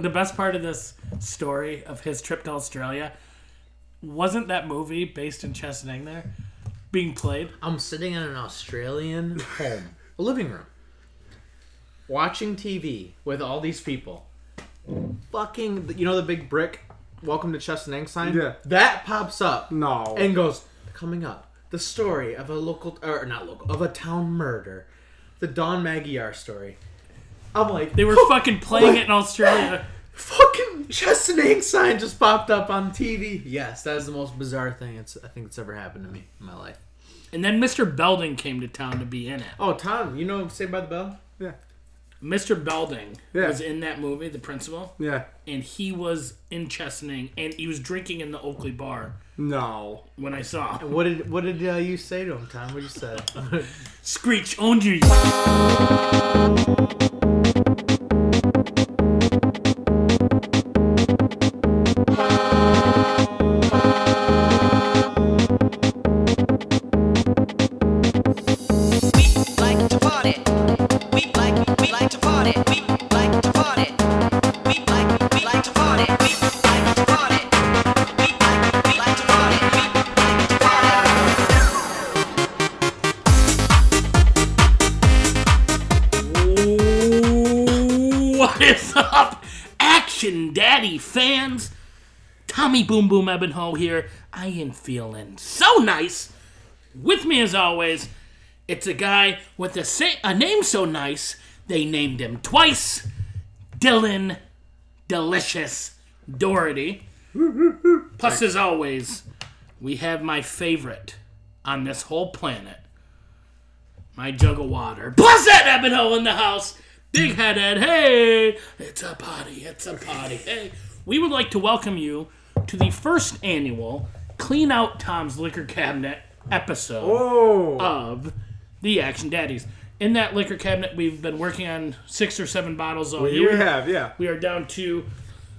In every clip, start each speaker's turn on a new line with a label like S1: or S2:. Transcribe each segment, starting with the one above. S1: The best part of this story of his trip to Australia wasn't that movie based in Chestnut there being played.
S2: I'm sitting in an Australian home, a living room, watching TV with all these people. Fucking, you know the big brick, welcome to Chestnut sign?
S3: Yeah.
S2: That pops up
S3: No.
S2: and goes, coming up, the story of a local, or not local, of a town murder. The Don Magyar story. I'm like,
S1: They were fucking playing it in Australia.
S2: fucking Chestnut sign just popped up on TV. Yes, that is the most bizarre thing it's, I think that's ever happened to me in my life.
S1: And then Mr. Belding came to town to be in it.
S2: Oh, Tom, you know Saved by the Bell?
S3: yeah.
S1: Mr. Belding
S3: Yeah.
S1: was in that movie, the principal,
S3: Yeah.
S1: and he was in Chestnut and he was drinking in the Oakley bar
S3: No.
S1: when I saw him.
S2: What did what did uh, you say to him, Tom? What you said?
S1: Screech owned you.
S4: We like to party. We like we like to party. We like to party. We like we like to party. We like to party. We like we like to party. We like to party.
S1: What is up, Action Daddy fans? Tommy Boom Boom Ebenho here. I am feeling so nice. With me, as always, it's a guy with a, sa- a name so nice they named him twice Dylan Delicious Doherty. Plus, as always, we have my favorite on this whole planet my jug of water. Plus that Evan Ho in the house. Big head Ed, hey, it's a party, it's a party. Hey, we would like to welcome you to the first annual Clean Out Tom's Liquor Cabinet episode
S3: Oh.
S1: of The Action Daddies. In that liquor cabinet, we've been working on six or seven bottles all
S3: we
S1: year.
S3: have, yeah.
S1: We are down to.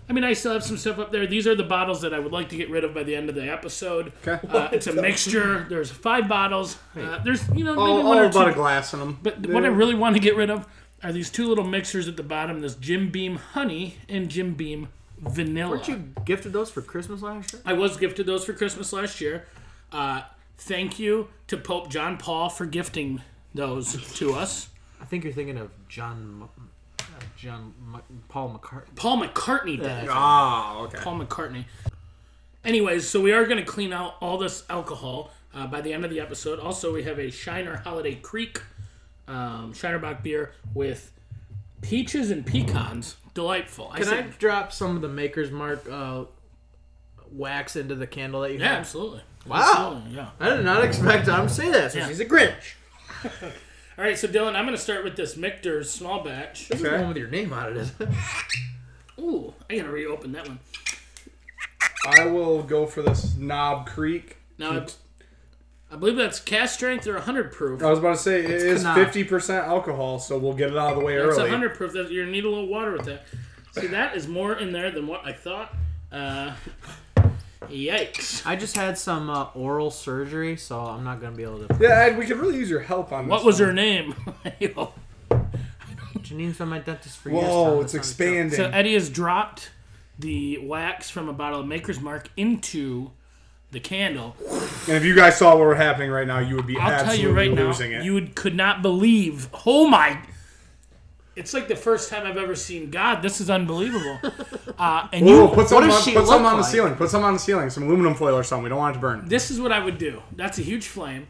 S1: I mean, I still have some stuff up there. These are the bottles that I would like to get rid of by the end of the episode.
S3: Okay.
S1: Uh, it's a mixture. There's five bottles. Uh, there's you know maybe
S3: all
S1: one
S3: all
S1: or
S3: about
S1: two.
S3: a glass in them.
S1: But what I really want to get rid of are these two little mixers at the bottom. This Jim Beam honey and Jim Beam vanilla.
S2: Weren't you gifted those for Christmas last year?
S1: I was gifted those for Christmas last year. Uh, thank you to Pope John Paul for gifting those to us.
S2: I think you're thinking of John, M- uh, John M- Paul McCartney.
S1: Paul McCartney did. it.
S3: Ah, okay.
S1: Paul McCartney. Anyways, so we are going to clean out all this alcohol uh, by the end of the episode. Also, we have a Shiner Holiday Creek um, Shinerbach beer with peaches and pecans. Delightful.
S2: Can I
S1: said-
S2: drop some of the Maker's Mark uh, wax into the candle that you
S1: Yeah,
S2: have?
S1: absolutely.
S2: Wow.
S1: Absolutely, yeah.
S2: I did not expect Tom to say that. So
S1: Yeah.
S2: he's a Grinch.
S1: All right, so Dylan, I'm going to start with this Michter's small batch.
S2: This is the
S3: Okay.
S2: one with your name on it, isn't it?
S1: Ooh, I got to reopen that one.
S3: I will go for this Knob Creek.
S1: Now, I, I believe that's cast strength or 100 proof.
S3: I was about to say it is
S2: Knob.
S3: fifty percent alcohol, so we'll get it out of the way
S1: That's
S3: early.
S1: 100 proof. That, you're going to need a little water with that. See, that is more in there than what I thought. Uh, yikes.
S2: I just had some uh, oral surgery, so I'm not going to be able to.
S3: Yeah, Ed, we could really use your help on
S1: What
S3: this.
S1: was her name? Yo.
S2: Janine's been my dentist for years.
S3: Whoa,
S2: Tom. That's
S3: it's
S2: not a joke.
S3: expanding.
S1: so Eddie has dropped the wax from a bottle of Maker's Mark into the candle.
S3: and if you guys saw what were happening right now, you would be
S1: I'll tell
S3: absolutely
S1: you right now,
S3: losing it.
S1: you would, could not believe. Oh my! It's like the first time I've ever seen God. This is unbelievable. Uh, and
S3: Ooh,
S1: you,
S3: put
S2: does
S3: something, on,
S2: she
S3: put something
S2: look
S3: on the
S2: like?
S3: ceiling. Put something on the ceiling. Some aluminum foil or something. We don't want it to burn.
S1: this is what I would do. That's a huge flame.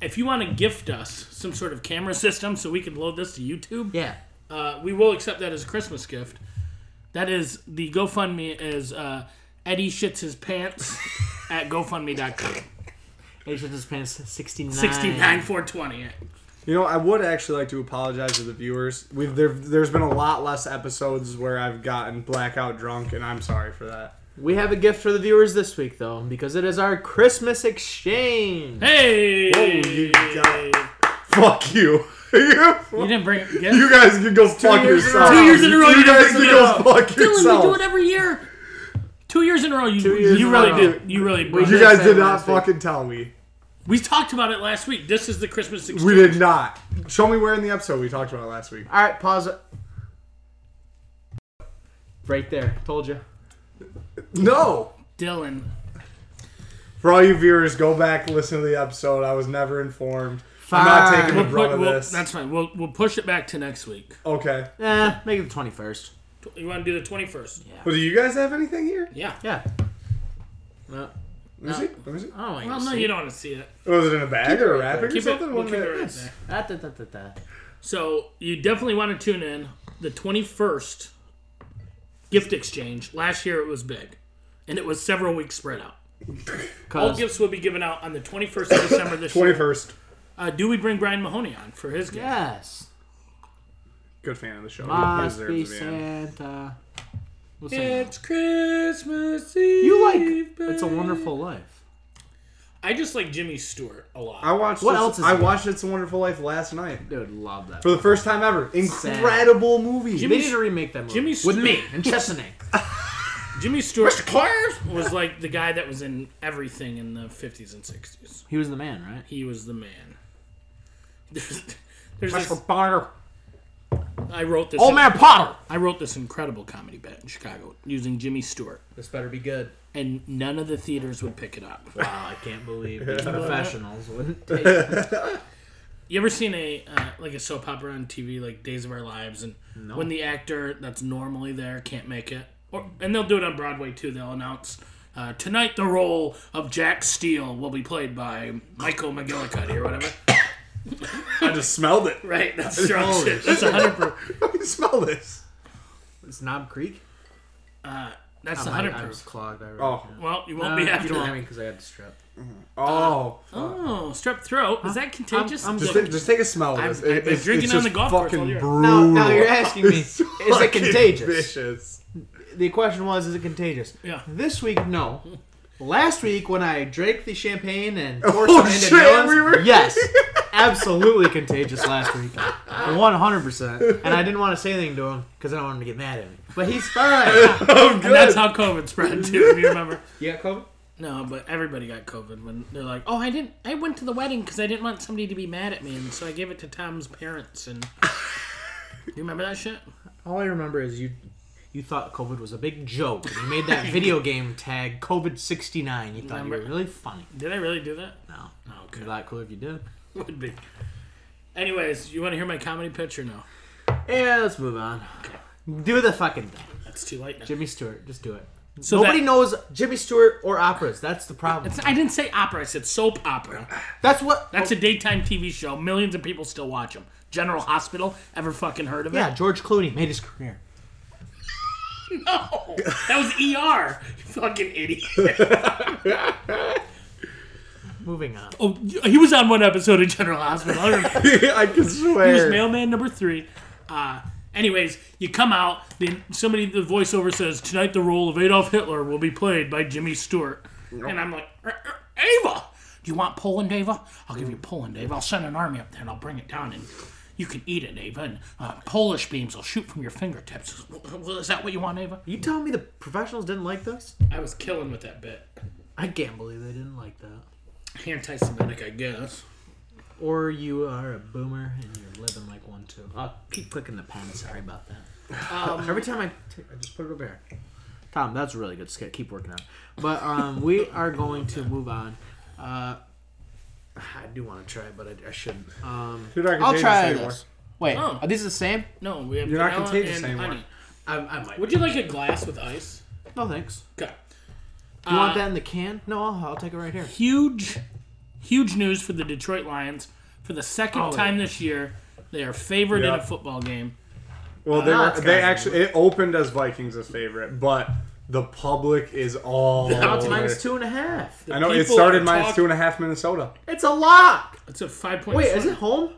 S1: If you want to gift us some sort of camera system so we can load this to YouTube,
S2: Yeah.
S1: uh, we will accept that as a Christmas gift. That is the GoFundMe is uh, Eddie shits his pants at GoFundMe.com.
S2: Age of his pants 69.
S1: 69 420.
S3: You know, I would actually like to apologize to the viewers. We've there, there's been a lot less episodes where I've gotten blackout drunk, and I'm sorry for that.
S2: We have a gift for the viewers this week, though, because it is our Christmas exchange.
S1: Hey!
S3: Oh, you got- Fuck you. you
S1: You didn't bring it again?
S3: guys can go fuck
S2: years in a
S3: yourself.
S2: row. Two
S1: years in a row you
S3: You
S1: didn't
S3: guys
S1: bring
S3: can
S1: it
S3: go
S1: up.
S3: fuck
S1: Dylan, we do
S3: yourself.
S1: it every year. Two years in a row. You,
S2: years
S1: you
S2: in a
S1: really
S2: row.
S1: did. You really.
S2: We
S1: blew
S3: You
S1: it.
S2: did.
S3: guys
S2: say
S3: did
S2: last
S3: not
S2: week.
S3: fucking tell me.
S1: we talked about it last week. This is the Christmas. Exchange.
S3: We did not. Show me where in the episode we talked about it last week.
S2: All right, pause it. Right there. Told you.
S3: No.
S1: Dylan.
S3: For all you viewers, go back listen to the episode. I was never informed. I'm not
S2: Fine.
S3: taking
S2: We'll
S3: the brunt
S1: Put-
S3: of
S1: we'll-
S3: this.
S1: that's fine. We'll, we'll push it back to next week.
S3: okay.
S2: Eh, make it the twenty first.
S1: You want to do the 21st? Yeah.
S3: Well, do you guys have anything here?
S1: Yeah.
S2: Yeah. No.
S3: Let me see. Let me see.
S2: I don't want you
S1: Well,
S2: to
S1: no,
S2: see.
S1: you don't want to see it.
S3: Was it in a bag or a wrapping or
S1: Keep it.
S3: something?
S1: We'll
S3: Wasn't
S1: keep it right
S3: it-
S1: there.
S2: Ah, da, da, da, da.
S1: So you definitely want to tune in. The 21st gift exchange. Last year it was big, and it was several weeks spread out. All
S2: 'Cause-
S1: gifts will be given out on the 21st of December this year.
S3: 21st.
S1: Uh, do we bring Brian Mahoney on for his gift?
S2: yes.
S3: Good fan of the show. He
S2: Must
S3: deserves
S2: be
S3: to be on.
S2: Santa. We'll sing it.
S1: It's Christmas Eve.
S2: You like It's a Wonderful Life.
S1: I just like Jimmy Stewart a lot.
S3: I watched.
S2: What
S3: this-
S2: else is
S3: I
S2: there?
S3: watched It's a Wonderful Life last night
S2: Dude, love that.
S3: for the first time ever. Incredible movie.
S2: they need to remake that movie.
S1: Jimmy
S2: with
S1: Stewart-
S2: me and Chesanik.
S1: Jimmy Stewart was like the guy that was in everything in the 50s and 60s.
S2: he was the man, right?
S1: He was the man. There's, there's this,
S2: Potter.
S1: I wrote this.
S2: Old man Potter.
S1: I wrote this incredible comedy bit in Chicago using Jimmy Stewart,
S2: This better be good.
S1: and none of the theaters would pick it up.
S2: Wow, I can't believe these professionals wouldn't take
S1: You ever seen a uh, like a soap opera on TV, like Days of Our Lives, and when the actor that's normally there can't make it, or, and they'll do it on Broadway too. They'll announce uh, tonight the role of Jack Steele will be played by Michael McGillicuddy or whatever.
S3: I just smelled it.
S1: Right?
S2: Oh,
S1: That's strong
S2: Holy
S1: shit. That's a hundred. proof.
S3: I can smell this.
S2: Snob Creek?
S1: That's a
S2: I,
S1: hundred
S2: I was
S1: proof.
S2: clogged. I already-
S3: Oh.
S1: Well, you won't
S2: Uh,
S1: be
S2: you
S1: after
S2: don't have
S1: that.
S2: me because I had to strip.
S3: Oh.
S1: Oh, strep throat. Is that contagious?
S2: I'm
S3: just,
S2: good.
S3: take, just take a smell of
S1: I'm-
S3: this.
S1: I've been
S3: It- it's,
S1: drinking
S3: it's
S1: on
S3: just
S1: the golf course all
S3: fucking
S1: year.
S3: brutal.
S2: Now, now you're asking me,
S3: It's
S2: is it
S3: fucking
S2: contagious?
S3: Vicious.
S2: The question was, is it contagious?
S1: Yeah.
S2: This week, no. Last week, when I drank the champagne and poured
S3: Oh,
S2: some into
S3: shit,
S2: Dylan's,
S3: we were-
S2: yes, absolutely contagious last week, one hundred percent. And I didn't want to say anything to him because I don't want him to get mad at me. But he's fine.
S3: Oh, good.
S1: and that's how COVID spread too. If you remember.
S2: you got COVID?
S1: No, but everybody got COVID when they're like, "Oh, I didn't. I went to the wedding because I didn't want somebody to be mad at me, and so I gave it to Tom's parents." And you remember that shit?
S2: All I remember is you. You thought COVID was a big joke. You made that video game tag COVID sixty nine. You thought you were
S1: Remember?
S2: really funny.
S1: Did I really do that? Oh,
S2: No,
S1: Okay.
S2: a lot cooler if you did.
S1: Would be. Anyways, you want to hear my comedy pitch or no?
S2: Yeah, let's move on. Do the fucking thing.
S1: That's too late now.
S2: Jimmy Stewart, just do it.
S1: So
S2: Nobody
S1: that-
S2: knows Jimmy Stewart or operas. That's the problem.
S1: It's, I didn't say opera. I said soap opera.
S2: That's what.
S1: That's a
S3: Oh.
S1: daytime TV show. Millions of people still watch them. General Hospital. Ever fucking heard of it?
S2: yeah, George Clooney made his career.
S1: No, that was ER. You fucking idiot.
S2: Moving on.
S1: Oh, he was on one episode of General Hospital. I remember.
S3: I can swear.
S1: He was mailman number three. Uh, anyways, you come out. Then somebody, the voiceover says, "Tonight, the role of Adolf Hitler will be played by Jimmy Stewart." And I'm like, "Er, er, Ava, do you want Poland, Ava? I'll give you Poland, Ava. I'll send an army up there and I'll bring it down and. You can eat it, Ava, and uh, Polish beams will shoot from your fingertips. Well, is that what you want, Ava?
S2: You telling me the professionals didn't like this?
S1: I was killing with that bit.
S2: I can't believe they didn't like that.
S1: Anti-Semitic, I guess.
S2: Or you are a boomer and you're living like one too. I'll keep clicking the pen. Sorry about that. Every time I t- I just put it over here. Tom, that's a really good skit. Keep working on. it. But um, we are going to move on. Uh, I do want to try, but I, I shouldn't. Um,
S3: You're not
S2: I'll
S3: contagious
S2: try
S3: anymore.
S2: this. Wait,
S1: Oh.
S2: are these the same?
S1: No, we have
S3: You're not
S1: vanilla
S3: contagious
S1: and
S3: anymore.
S1: honey.
S2: I, I might.
S1: Would you like a glass with ice?
S2: No, thanks.
S1: Okay.
S2: You want that in the can? No, I'll, I'll take it right here.
S1: huge, huge news for the Detroit Lions. For the second time this year, they are favored in
S3: Oh,
S1: a
S3: Yeah.
S1: football game.
S3: Well, they,
S2: Uh,
S3: were,
S2: that's
S3: they
S2: gotta be-
S3: actually it opened as Vikings' favorite, but the public is all.
S2: Now it's minus two and a half.
S3: I know it
S1: People
S3: started
S1: are
S3: minus
S1: talk-
S3: two and a half Minnesota.
S2: It's a lock.
S1: It's a five point.
S2: Wait, is it home?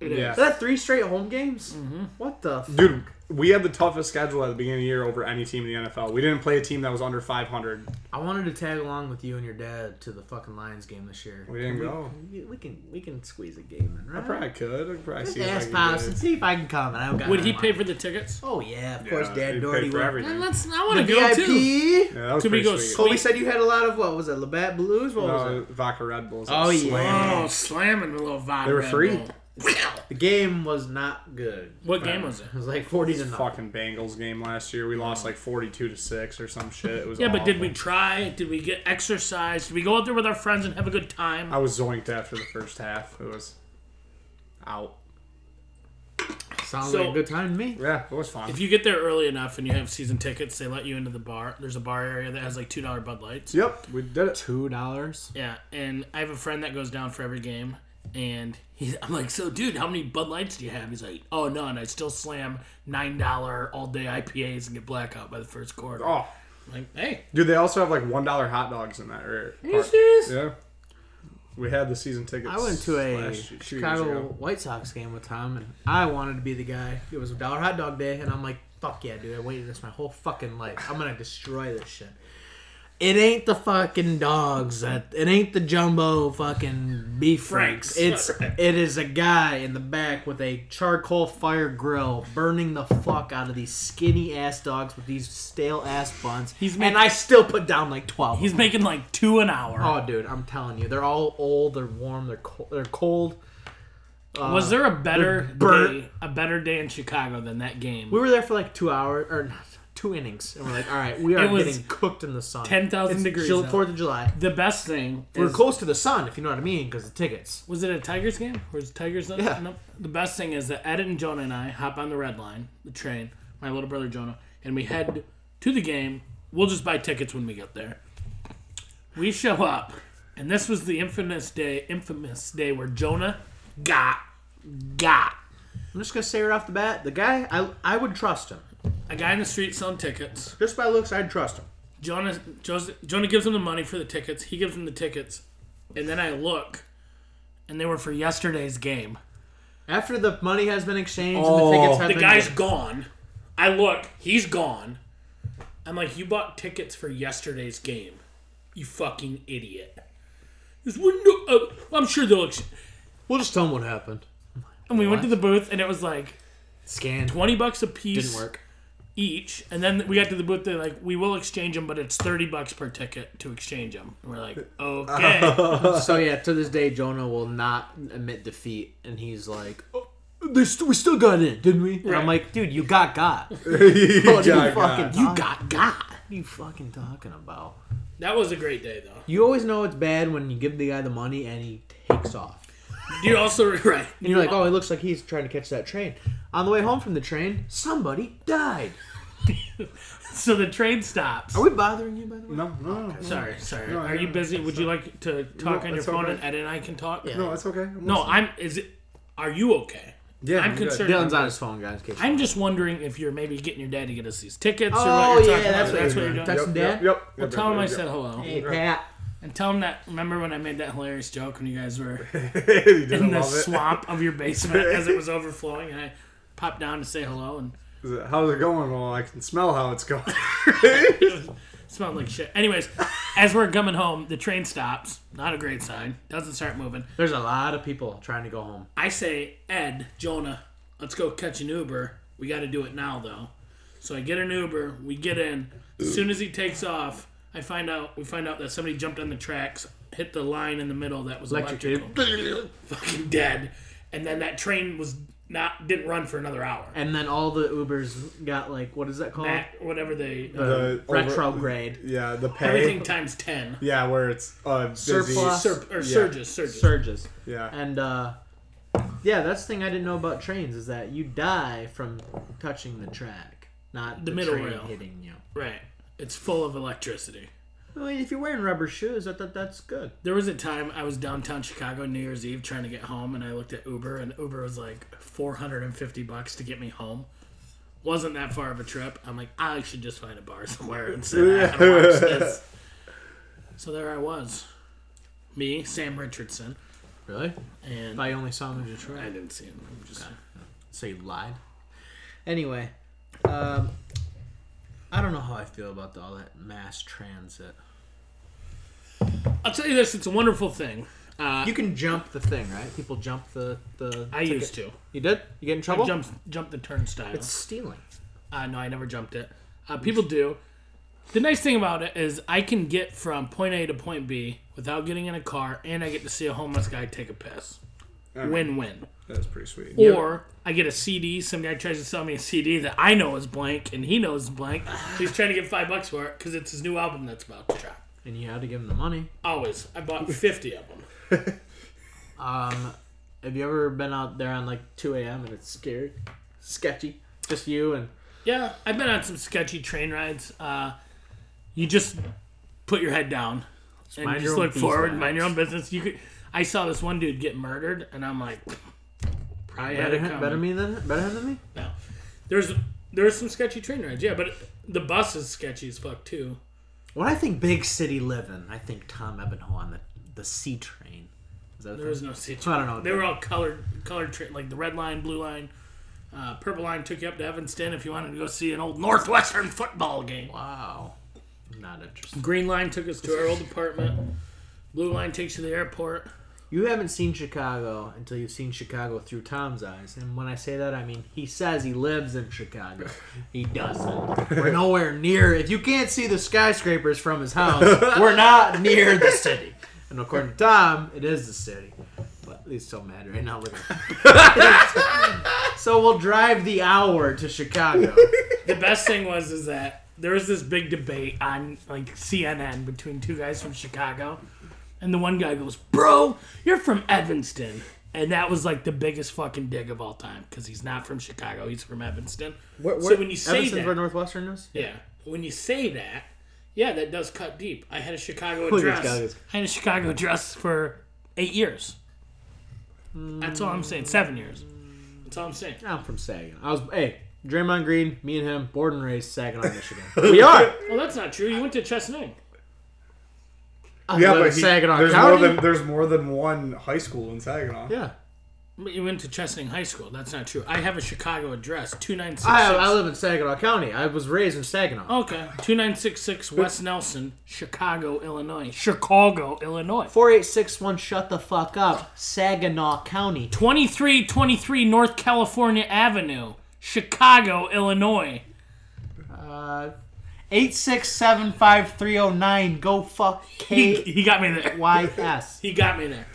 S3: Yeah.
S2: Is that three straight home games? Mm-hmm. What the? F-
S3: Dude, we had the toughest schedule at the beginning of the year over any team in the NFL. We didn't play a team that was under 500.
S2: I wanted to tag along with you and your dad to the fucking Lions game this year.
S3: We didn't go.
S2: We, we can we can squeeze a game in, right?
S3: I probably could. I could probably see if I
S2: Ask
S3: could
S2: Pops
S3: do it.
S2: and see if I can come. And I got
S1: Would he
S2: no
S1: pay
S2: money.
S1: for the tickets?
S2: Oh yeah, of
S3: Yeah,
S2: course,
S3: he
S2: Dad
S3: paid
S2: Doherty.
S3: for
S2: went-
S3: everything.
S1: And let's. I want
S2: The
S1: to go too.
S2: VIP.
S3: Yeah, that was
S1: Could we
S3: pretty
S1: go
S3: sweet.
S1: sl-
S2: Colby said you had a lot of what was it? Labatt Blues. What was
S3: No, Vodka Red Bulls.
S2: Oh, yeah.
S3: Slamming.
S1: Oh, slamming a little vodka.
S3: They were
S1: Red
S3: free.
S1: Bull.
S2: it? The game was not good.
S1: What game was it?
S2: It was like forty to nothing.
S3: Fucking Bengals game last year. We lost like 42 to 6 or some shit. It was
S1: Yeah, but did
S3: awful.
S1: we try? Did we get exercise? Did we go out there with our friends and have a good time?
S3: I was zoinked after the first half. It was out.
S2: Sounds
S1: So-
S2: like a good time to me.
S3: Yeah, it was fun.
S1: If you get there early enough and you have season tickets, they let you into the bar. There's a bar area that has like two dollar Bud Lights.
S3: yep, we did it.
S2: Two dollars.
S1: Yeah, and I have a friend that goes down for every game, and he's, I'm like, so dude, how many Bud Lights do you have? He's like, oh none. I still slam nine dollar all day IPAs and get blackout by the first quarter.
S3: Oh,
S1: I'm like, hey,
S3: dude, they also have like one dollar hot dogs in that. Area.
S1: are you serious?
S3: Yeah, we had the season tickets.
S2: I went to a
S3: last- two years
S2: Chicago
S3: ago.
S2: White Sox game with Tom, and I wanted to be the guy. It was a dollar hot dog day, and I'm like, "Fuck yeah, dude! I waited this my whole fucking life. I'm gonna destroy this shit." It ain't the fucking dogs. That it ain't the jumbo fucking beef
S1: Franks.
S2: franks. It's it is a guy in the back with a charcoal fire grill burning the fuck out of these skinny ass dogs with these stale ass buns.
S1: He's
S2: and
S1: making-
S2: I still put down like twelve.
S1: He's making like two an hour.
S2: Oh, dude, I'm telling you, they're all old. They're warm. They're cold. They're cold. Uh,
S1: Was there a better
S2: burnt.
S1: day, a better day in Chicago than that game?
S2: We were there for like two hours or not, two innings, and we're like, all right, we are
S1: It was
S2: getting cooked in the sun.
S1: 10,000
S2: It's
S1: degrees
S2: Jul-
S1: out.
S2: Fourth of July.
S1: the best thing
S2: We're
S1: is-
S2: close to the sun, if you know what I mean, because the tickets.
S1: Was it a Tigers game? Or was it Tigers?
S2: Yeah.
S1: No. The best thing is that Ed and Jonah and I hop on the red line, the train, my little brother Jonah, and we head to the game. We'll just buy tickets when we get there. We show up, and this was the infamous day, infamous day where Jonah got, got
S2: I'm just gonna say right off the bat, the guy, I I would trust him.
S1: a guy in the street selling tickets.
S2: Just by looks, I'd trust him.
S1: Jonah, Joseph, Jonah gives him the money for the tickets. He gives him the tickets, and then I look, and they were for yesterday's game.
S2: After the money has been exchanged and
S3: Oh.
S2: the tickets have
S1: the
S2: been
S1: guy's gone. I look, he's gone. I'm like, you bought tickets for yesterday's game, you fucking idiot. He goes, "Well, no, uh, well, I'm sure they'll. Ex-.
S2: we'll just tell him what happened.
S1: And we went to the booth, and it was like
S2: Scanned.
S1: 20 bucks a piece
S2: Didn't work.
S1: each. And then we got to the booth, they're like, we will exchange them, but it's 30 bucks per ticket to exchange them. And we're like, okay.
S2: so yeah, to this day, Jonah will not admit defeat, and he's like, oh, they st- "We still got it, didn't we?" And
S1: Right.
S2: I'm like, "Dude, you got got. What
S3: You
S2: are you
S3: got
S2: fucking
S3: got.
S2: you got got. What are you fucking talking about?"
S1: that was a great day, though.
S2: You always know it's bad when you give the guy the money and he takes off.
S1: Do you also, right.
S2: And you're like, "Oh, it looks like he's trying to catch that train." On the way home from the train, somebody died.
S1: So the train stops.
S2: Are we bothering you, by the way?
S3: No, no, no, no.
S1: Sorry, sorry.
S3: No,
S1: Are
S3: no,
S1: you
S3: no,
S1: busy? Would you like to talk on
S3: No,
S1: your
S3: it's
S1: phone
S3: okay.
S1: and Ed and I can talk? Yeah.
S3: No, it's okay. I'm
S1: No,
S3: listening.
S1: I'm. Is it? Are you okay?
S3: Yeah,
S1: I'm
S3: I'm good.
S1: concerned.
S2: Dylan's on his phone, guys. in case-
S1: I'm just wondering if you're maybe getting your dad to get us these tickets or
S2: Oh,
S1: what you're
S2: yeah,
S1: talking
S2: that's
S1: about. that's
S2: what you're
S1: what you're
S2: doing.
S1: doing.
S2: That's-
S3: Yep,
S2: Dad?
S3: Yep, yep,
S1: Well,
S3: yep,
S1: tell him
S3: yep,
S1: I
S3: yep.
S1: said hello,
S2: Hey, Pat.
S1: and tell him that. Remember when I made that hilarious joke when you guys were
S3: he didn't
S1: in the
S3: love it.
S1: swamp of your basement as it was overflowing, and I popped down to say hello and
S3: Is it- How's it going? Well, I can smell how it's going.
S1: smelled like shit. Anyways, as we're coming home, the train stops. Not a great sign. Doesn't start moving.
S2: There's a lot of people trying to go home.
S1: I say, Ed, Jonah, let's go catch an Uber. We got to do it now, though. So I get an Uber. We get in. As soon as he takes off, I find out we find out that somebody jumped on the tracks, hit the line in the middle that was
S2: Electrocuted.
S1: electrical, fucking dead, and then that train was not didn't run for another hour.
S2: And then all the Ubers got like, what is that called?
S1: At whatever they uh,
S3: The over-
S2: retrograde.
S3: yeah, the pay.
S1: everything times ten.
S3: Yeah, where it's uh, busy.
S2: Surplus.
S1: Sur- or surges, surges.
S2: surges.
S3: Yeah.
S2: And uh yeah, that's the thing I didn't know about trains is that you die from touching the track, not the,
S1: middle
S2: train
S1: rail.
S2: hitting you.
S1: right. It's full of electricity.
S2: I mean, if you're wearing rubber shoes, I thought that's good.
S1: There was a time I was downtown Chicago New Year's Eve trying to get home, and I looked at Uber, and Uber was like 450 bucks to get me home. Wasn't that far of a trip. I'm like, I should just find a bar somewhere and sit down and watch this. So there I was, me, Sam Richardson,
S2: Really?
S1: and
S2: If I only saw him
S1: I
S2: in Detroit,
S1: didn't see him. I'm just
S2: so you lied. Anyway, um, I don't know how I feel about all that mass transit.
S1: I'll tell you this: it's a wonderful thing. Uh,
S2: You can jump the thing, right? People jump the the.
S1: I used to.
S2: You did? You get in
S1: I
S2: trouble?
S1: jumped, jumped the turnstile.
S2: It's stealing.
S1: Uh, no, I never jumped it. Uh, people do. The nice thing about it is I can get from point A to point B without getting in a car, and I get to see a homeless guy take a piss. Win win.
S3: That's pretty sweet.
S1: Or I get a CD. Some guy tries to sell me a CD that I know is blank and he knows is blank. He's trying to get five bucks for it because it's his new album that's about to drop.
S2: and you had to give him the money.
S1: Always. I bought 50 of them.
S2: Um, have you ever been out there on like 2 a.m. and it's scary, sketchy, just you and
S1: Yeah, I've been on some sketchy train rides. Uh, you just put your head down and
S2: mind
S1: just
S2: your own
S1: look forward,
S2: business.
S1: mind your own business. You could. I saw this one dude get murdered, and I'm like,
S2: probably
S1: had
S2: better,
S1: it
S2: him-
S1: coming.
S2: better me than better him than me.
S1: no. There's there's some sketchy train rides, yeah, but the bus is sketchy as fuck too.
S2: When I think big city living, I think Tom Ebenho on the the C train. Is that a
S1: There
S2: thing?
S1: was no seat.
S2: I don't know.
S1: They were all colored colored train, like the red line, blue line, uh, purple line. Took you up to Evanston if you wanted to go see an old Northwestern football game.
S2: wow. Not interested.
S1: Green line took us to our old apartment. Blue line takes you to the airport.
S2: You haven't seen Chicago until you've seen Chicago through Tom's eyes, and when I say that, I mean he says he lives in Chicago. He doesn't. We're nowhere near. If you can't see the skyscrapers from his house, we're not near the city. And according to Tom, it is the city. But he's so mad right now. Look at him. so we'll drive the hour to Chicago.
S1: the best thing was is that there was this big debate on like CNN between two guys from Chicago, and the one guy goes, "Bro, you're from Evanston," and that was like the biggest fucking dig of all time because he's not from Chicago, he's from Evanston. so when you say
S2: Evanston's
S1: that,
S2: where Northwestern is?
S1: yeah, when you say that, yeah, that does cut deep. I had a Chicago
S2: Look at
S1: address.
S2: Chicago's-
S1: I had a Chicago address for eight years. That's all I'm saying. Seven years. That's all I'm saying.
S2: I'm from Saginaw. I was hey, Draymond Green, me and him, born and raised Saginaw, Michigan. we are.
S1: Well, that's not true. You went to Chestnut.
S3: yeah,
S2: live
S3: but
S2: in
S3: he-
S2: Saginaw
S3: there's
S2: County.
S3: more than there's more than one high school in Saginaw.
S2: Yeah.
S1: But you went to Chestnut High School. That's not true. I have a Chicago address,
S2: I,
S1: 2966.
S2: I live in Saginaw County. I was raised in Saginaw.
S1: okay, 2966 West Nelson, Chicago, Illinois. Chicago, Illinois.
S2: 4861 shut the fuck up. Saginaw County.
S1: 2323 North California Avenue, Chicago, Illinois.
S2: Uh 8675309 go fuck
S1: He,
S2: K
S1: he got me there.
S2: Y S.
S1: He got me there.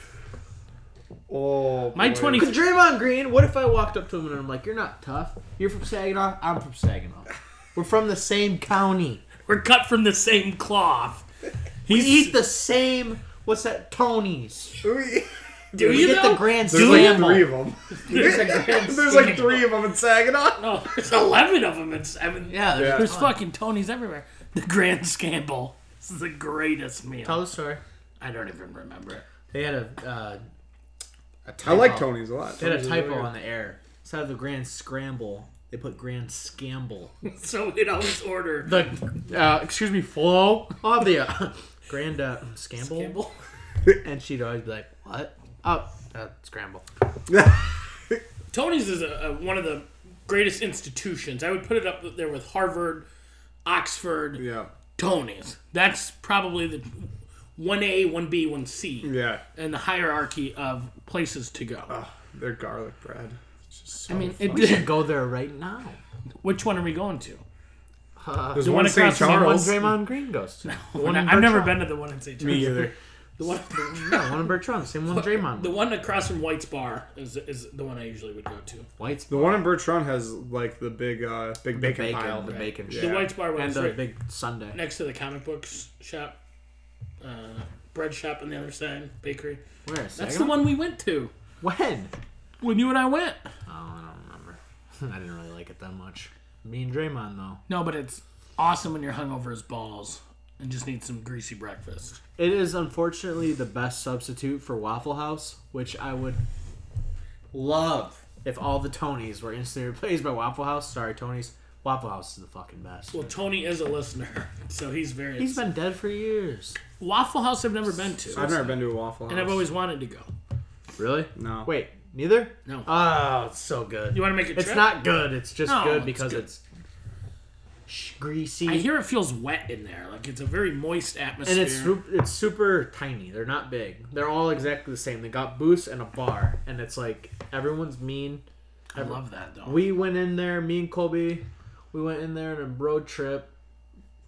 S3: Oh,
S1: My
S3: boy.
S1: 20
S2: Draymond Green, what if I walked up to him and I'm like, "You're not tough. You're from Saginaw. I'm from Saginaw. We're from the same county.
S1: were cut from the same cloth.
S2: We eat the same. What's that? Tony's.
S1: Do
S2: We
S1: you
S2: get
S1: know?
S2: the grand
S3: There's like
S2: slam.
S3: three of them.
S2: There's a grand
S3: There's
S2: slam.
S3: like three of them in Saginaw.
S1: No, Oh, there's 11 of them. It's, I mean,
S2: Yeah, there's
S3: Yeah.
S1: There's fucking Tonys everywhere. The Grand Scandal. This is the greatest meal.
S2: Tell the story.
S1: I don't even remember it.
S2: They had a. Uh, a
S3: I like
S2: typo.
S3: Tony's a lot.
S2: They had a
S3: Tony's
S2: typo
S3: really
S2: on the air. Instead of the grand scramble, they put grand scamble.
S1: So it always ordered.
S2: The uh, excuse me, flow. Oh, the uh, grand uh, scramble.
S1: Campbell.
S2: And she'd always be like, "What? Oh, uh, scramble."
S1: Tony's is a, a, one of the greatest institutions. I would put it up there with Harvard, Oxford,
S3: good. Yeah.
S1: Tony's. That's probably the 1A, 1B, 1C
S3: Yeah. Ah,
S1: in the hierarchy of places to go.
S2: Uh,
S3: Their garlic bread. It's just so
S1: I mean,
S3: fun.
S1: it,
S2: We should go there right now.
S1: which one are we going to?
S3: there's
S1: one
S3: one in St.
S1: across from uh, the one
S2: Draymond
S3: Charles.
S2: Green goes to. The one in
S1: I've never
S2: Bertrand.
S1: been to the one in St. Charles.
S3: Me either.
S1: The one,
S2: Yeah, one in Bertrand. Same one Draymond.
S1: the one across from White's Bar is, is the one I usually would go to.
S2: White's
S3: The one in Bertrand has like the big, uh, big bacon, pile.
S2: the bacon,
S1: The White's Bar one
S2: and
S1: is
S2: the
S1: right
S2: big Sunday.
S1: next to the comic books shop, uh, bread shop on the other side, bakery.
S2: Where is
S1: That's
S2: Saginaw?
S1: the one we went to
S2: When?
S1: when you and I went.
S2: Oh, I don't remember. I didn't really like it that much. Me and Draymond though.
S1: No, but it's awesome when you're hungover as balls and just need some greasy breakfast.
S2: It is unfortunately the best substitute for Waffle House, which I would love if all the Tonys were instantly replaced by Waffle House. Sorry, Tonys. Waffle House is the fucking best.
S1: Well, Tony is a listener, so he's very.
S2: He's been dead for years.
S1: Waffle House. I've never been to,
S3: I've never been to a Waffle House.
S1: and I've always wanted to go.
S2: Really?
S3: no.
S2: Wait, neither?
S1: No.
S2: Oh, it's so good.
S1: You want to make a trip?
S2: It's not good. It's just
S1: No,
S2: good
S1: it's
S2: because
S1: good.
S2: it's sh greasy.
S1: I hear it feels wet in there. Like it's a very moist atmosphere.
S2: and it's super, it's super tiny. They're not big. They're all exactly the same. They got booths and a bar, and it's like everyone's mean.
S1: I love that though.
S2: We went in there, me and Colby, we went in there on a road trip,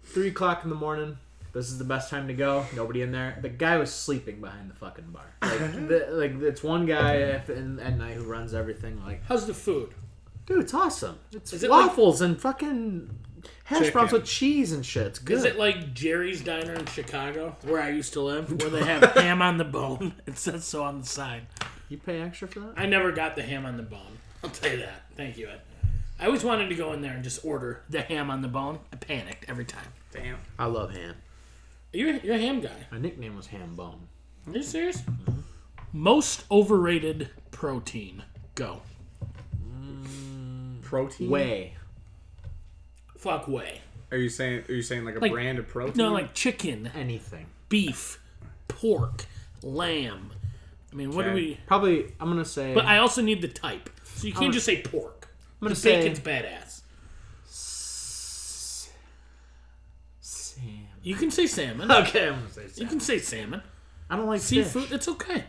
S2: three o'clock in the morning, This is the best time to go. Nobody in there. The guy was sleeping behind the fucking bar. Like, the, like it's one guy at, in, at night who runs everything. Like,
S1: How's the food?
S2: dude, it's awesome. It's
S1: Is it like-
S2: waffles and fucking hash browns
S3: Chicken.
S2: with cheese and shit. It's good.
S1: Is it like Jerry's Diner in Chicago, where I used to live, where they have ham on the bone? It says so on the sign.
S2: you pay extra for that?
S1: I never got the ham on the bone. I'll tell you that. Thank you, Ed. I always wanted to go in there and just order the ham on the bone. I panicked every time.
S5: Damn.
S2: I love ham.
S1: You're, you're a ham guy.
S2: My nickname was Ham Bone.
S1: Are you serious? Most overrated protein. Go.
S3: Protein?
S2: Way.
S1: Fuck way.
S3: Are you saying are you saying like a
S1: Like-
S3: brand of protein?
S1: No, like chicken,
S2: Anything.
S1: beef, pork, lamb. I mean, what do
S3: Okay.
S1: we.
S2: Probably, I'm going to say.
S1: But I also need the type. So you can't just say pork.
S2: I'm gonna
S1: The
S2: say-
S1: bacon's badass.
S2: S- Sam.
S1: You can say salmon.
S2: Okay, I'm gonna say
S1: You
S2: Sam.
S1: can say salmon.
S2: I don't like
S1: Seafood,
S2: Fish.
S1: it's okay.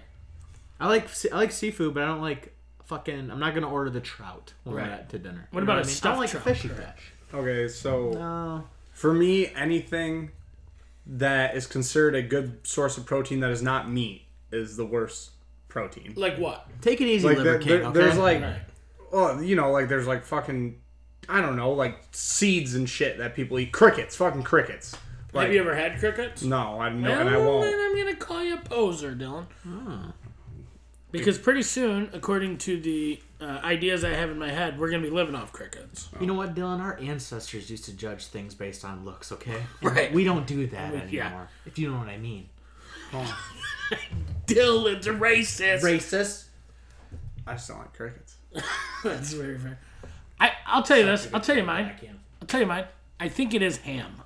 S2: I like se- I like seafood, but I don't like fucking. I'm not gonna order the trout when
S1: Right.
S2: we're at to dinner.
S1: What
S2: You
S1: about
S2: know
S1: a
S2: I mean?
S1: stuffed
S2: I don't
S1: trout?
S2: like fishy
S1: Right.
S2: fish. Uh,
S3: okay, so
S2: No.
S3: for me, anything that is considered a good source of protein that is not meat is the worst protein.
S1: Like what?
S2: Take it easy,
S3: Like
S2: Liver
S3: there,
S2: King.
S3: there-
S2: okay?
S3: there's like
S1: Right.
S3: oh you know like there's like fucking I don't know like seeds and shit that people eat crickets fucking crickets. Like,
S1: Have you ever had crickets?
S3: No, I no,
S1: Well,
S3: and I
S1: Then
S3: won't.
S1: I'm gonna call you a poser, Dylan.
S2: Oh.
S1: Because pretty soon, according to the uh, ideas I have in my head, we're gonna be living off crickets.
S2: you know what, Dylan? Our ancestors used to judge things based on looks. Okay,
S1: Right.
S2: We don't do that anymore.
S1: yeah.
S2: If you know what I mean.
S1: Dylan's a racist.
S2: Racist.
S3: I just don't like crickets.
S1: That's very fair. I I'll tell you this. I'll tell you
S2: I
S1: mine.
S2: can't.
S1: I'll tell you mine. I think it is ham.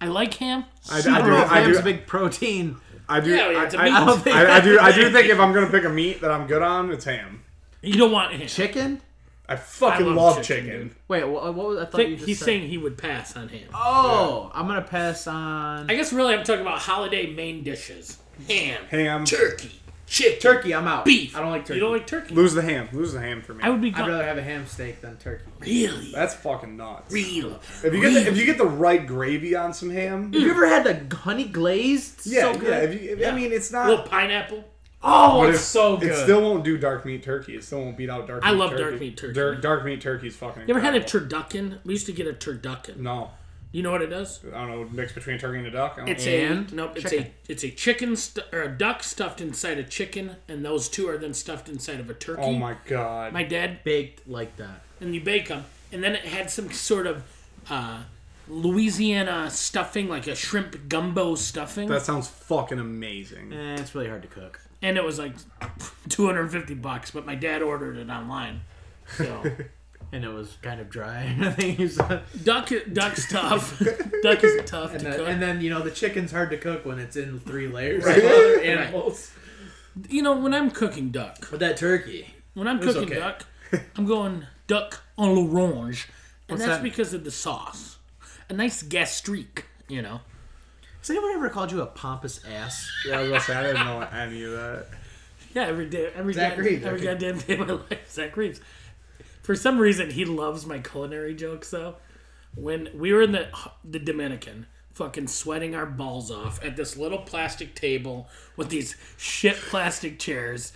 S1: I like ham.
S3: I, I do.
S2: I do.
S3: I
S2: Ham's
S3: do.
S2: a big protein.
S3: I do.
S1: Yeah,
S3: I,
S1: it's a
S3: I-
S1: meat.
S3: I don't think- I- I do. I do think if I'm gonna pick a meat that I'm good on, it's ham.
S1: You don't want ham.
S2: Chicken.
S3: I fucking
S1: I love
S3: love, chicken.
S1: chicken,
S2: Wait, what, what was I
S1: I
S2: thought you
S1: think
S2: just
S1: he's
S2: said-
S1: saying he would pass on ham.
S2: Oh, I'm gonna pass on
S1: I guess really I'm talking about holiday main dishes. Ham.
S3: Ham.
S1: Turkey. Chicken.
S2: turkey. I'm out.
S1: Beef.
S2: I don't like turkey.
S1: You don't like turkey.
S3: Lose the ham. Lose the ham for me.
S1: I would be
S2: I'd
S1: gone.
S2: rather have a ham steak than turkey.
S1: really.
S3: That's fucking nuts.
S1: Real.
S3: If you get the, if you get the right gravy on some ham,
S1: Mm.
S2: Have you ever had the honey glazed? It's
S3: yeah,
S2: so good.
S3: yeah. If you, if, I mean, it's not.
S1: little pineapple.
S2: oh,
S3: but
S2: it's so good.
S3: It still won't do dark meat turkey. It still won't beat out dark.
S1: I
S3: meat
S1: love
S3: turkey.
S1: dark meat turkey.
S3: Dar- Dark, meat turkey is fucking.
S1: You ever had a
S3: incredible.
S1: turducken? We used to get a turducken.
S3: No,
S1: You know what it is?
S3: I don't know. Mix between turkey and a duck. I don't
S1: It's
S3: know.
S1: a
S2: And
S1: nope. It's
S2: chicken.
S1: a it's a chicken stu- or a duck stuffed inside a chicken, and those two are then stuffed inside of a turkey.
S3: Oh my god.
S1: My dad
S2: baked like that.
S1: and you bake them, and then it had some sort of uh, Louisiana stuffing, like a shrimp gumbo stuffing,
S3: that sounds fucking amazing.
S2: Eh, it's really hard to cook.
S1: and it was like 250 bucks. But my dad ordered it online, so.
S2: And it was kind of dry. I think you said.
S1: Duck, duck's tough. duck is tough to
S2: And, then-
S1: cook.
S2: and then you know the chicken's hard to cook when it's in three layers
S1: Right.
S2: of other animals.
S1: you know, when I'm cooking duck,
S2: But that turkey,
S1: when I'm
S2: was
S1: cooking
S2: okay.
S1: duck, I'm going duck en l'orange, and that's
S2: that?
S1: because of the sauce. A nice gastrique, you know.
S2: has anyone ever called you a pompous ass?
S3: Yeah, I was gonna say I didn't know any of that.
S1: Yeah, every day, every
S2: Zach
S1: day,
S2: Reeves,
S1: every
S2: okay.
S1: goddamn day of my life, Zach Reeves. For some reason, he loves my culinary jokes though. When we were in the the Dominican, fucking sweating our balls off at this little plastic table with these shit plastic chairs,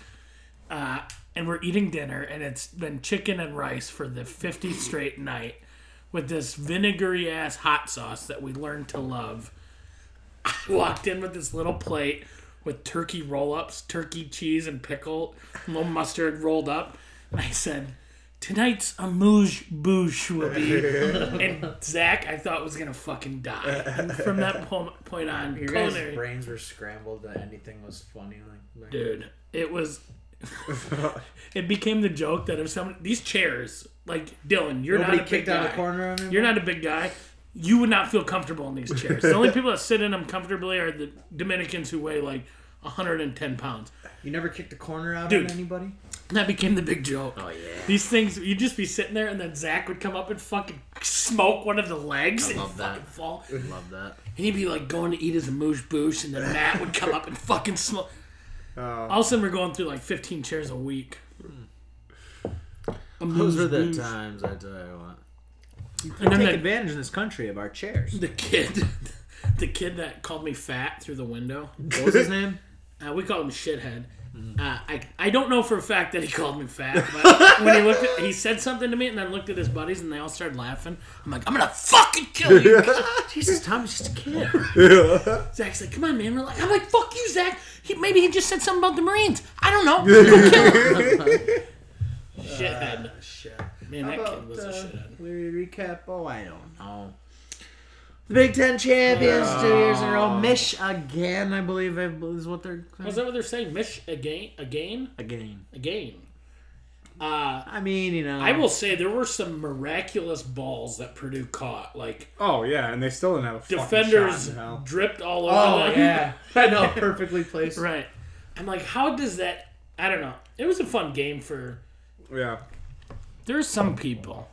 S1: uh, and we're eating dinner, and it's been chicken and rice for the 50th straight night with this vinegary ass hot sauce that we learned to love walked in with this little plate with turkey roll ups, turkey cheese, and pickle, and little mustard rolled up. And I said, Tonight's amuse bouche will be. and Zach, I thought, was going to fucking die. And from that po- point on,
S2: Your guys'
S1: culinary.
S2: brains were scrambled that anything was funny. Like, like-
S1: Dude, it was. it became the joke that if someone. These chairs, like Dylan, you're
S2: nobody
S1: not a big
S2: kicked out
S1: guy.
S2: of the corner on him.
S1: You're not a big guy. You would not feel comfortable in these chairs. The only people that sit in them comfortably are the Dominicans who weigh like 110 pounds.
S2: You never kicked a corner out
S1: Dude.
S2: on anybody.
S1: And that became the big joke.
S2: Oh yeah.
S1: These things, you'd just be sitting there, and then Zach would come up and fucking smoke one of the legs and
S2: love that.
S1: fucking fall. And
S2: Love that.
S1: he'd be like going to eat his amuse bouche, and then Matt would come up and fucking smoke. All of a sudden, we're going through like 15 chairs a week.
S2: Those are the
S1: Amuse-bouche.
S2: times I tell you what.
S1: And then
S2: Take
S1: the,
S2: advantage in this country of our chairs.
S1: the kid, the kid that called me fat through the window.
S2: What was his name?
S1: Uh, we called him shithead.
S3: Mm.
S1: Uh, I I don't know for a fact that he called me fat, but when he looked, at, he said something to me, and then looked at his buddies, and they all started laughing. I'm like, I'm gonna fucking kill you.
S2: Jesus, Tommy's just a kid.
S1: Zach's like, come on, man. We're like, I'm like, fuck you, Zach. He, maybe he just said something about the Marines. I don't know. Go kill him. shithead.
S2: Shit.
S1: Man, that kid was a
S2: uh,
S1: shithead.
S2: we recap. Oh, I don't know. The Big Ten champions two years in a row. Mish again, I believe I believe is what they're
S1: Is that what they're saying? Mish again, again,
S2: again.
S1: again. Uh,
S2: I mean, you know,
S1: I will say there were some miraculous balls that Purdue caught. Like
S3: Oh yeah, and they still didn't have a fucking
S1: defenders
S3: shot in hell.
S1: dripped all over.
S2: Oh
S1: them.
S2: yeah, I know, perfectly placed.
S1: right. I'm like, how does that? I don't know. It was a fun game for.
S3: Yeah.
S1: There's some people.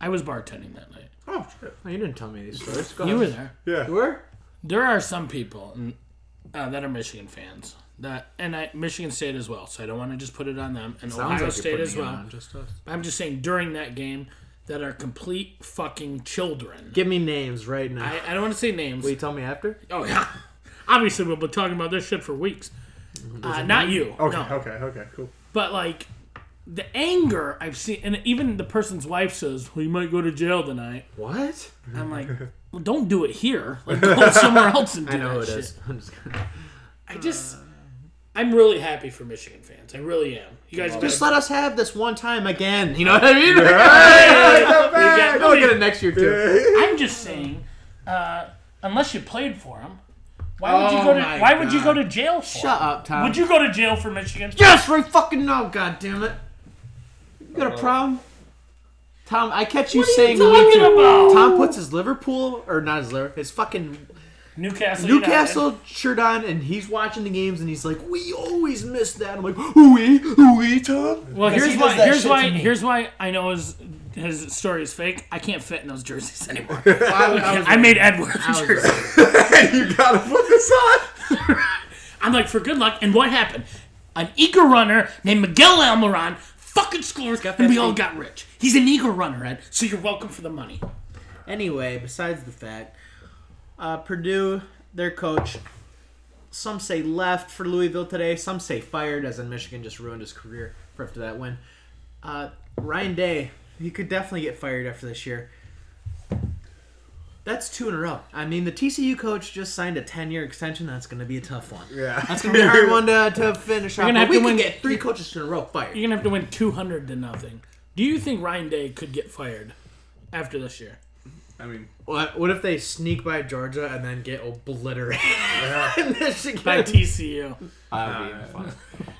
S1: I was bartending that night.
S2: Oh shit! No, you didn't tell me these stories. Go
S1: You
S2: ahead.
S1: were there.
S3: Yeah.
S2: You were?
S1: There are some people mm, uh, that are Michigan fans that, and I, Michigan State as well. So I don't want to just put it on them, and Ohio State as well. I'm just saying during that game that are complete fucking children.
S2: Give me names right now.
S1: I, I don't want to say names.
S2: Will you tell me after?
S1: Oh yeah. Obviously, we'll be talking about this shit for weeks. Uh, not you.
S3: Mm-hmm. Okay.
S1: No.
S3: Okay. Okay. Cool.
S1: But like the anger I've seen, and even the person's wife says, "Well, you might go to jail tonight."
S2: What?
S1: I'm like, well, "Don't do it here. Like, go somewhere else and do
S2: I know who
S1: that
S2: it
S1: shit."
S2: is. I'm just kidding.
S1: I just, I'm really happy for Michigan fans. I really am. You guys,
S2: Just
S1: just
S2: let us have this one time again. You know what I mean?
S1: got-
S2: I'll get it next year too.
S1: I'm just saying, uh, unless you played for them, why would you
S2: Oh
S1: go to
S2: my
S1: Why would you
S2: God.
S1: go to jail for? 'em?
S2: Shut up, Tom.
S1: Would you go to jail for Michigan?
S2: Yes, we fucking know. God damn it! You got
S1: Uh,
S2: a problem, Tom? I catch you saying we
S1: talking
S2: too-
S1: about?
S2: Tom puts his Liverpool or not his Liverpool, his fucking
S1: Newcastle. United.
S2: Newcastle shirt on, and he's watching the games, and he's like, "We always miss that." I'm like, "Ooh, ooh, Tom."
S1: Well,
S2: 'Cause
S1: here's
S2: he
S1: why.
S2: does that
S1: Here's
S2: shit to
S1: why.
S2: me.
S1: Here's why I know his his story is fake. I can't fit in those jerseys anymore.
S2: I, I was
S1: I made Edward
S2: was
S1: jersey.
S3: you gotta put this on.
S1: I'm like, for good luck. And what happened? An eager runner named Miguel Almiron fucking scores, and we all
S2: feet.
S1: got rich. He's an eager runner, Ed. So you're welcome for the money.
S2: Anyway, besides the fact, uh, Purdue, their coach, some say left for Louisville today. Some say fired, as in Michigan just ruined his career for after that win. Uh, Ryan Day, he could definitely get fired after this year. That's two in a row. I mean, the TCU coach just signed a ten-year extension. That's going to be a tough one.
S3: Yeah.
S2: that's going to be a hard one to, to finish off.
S1: gonna
S2: but
S1: have
S2: we
S1: to
S2: can
S1: win-
S2: get three coaches in a row fired.
S1: You're gonna have to win 200 to nothing. Do you think Ryan Day could get fired after this year?
S3: I mean,
S2: What, what if they sneak by Georgia and then get obliterated? Michigan
S1: By TCU,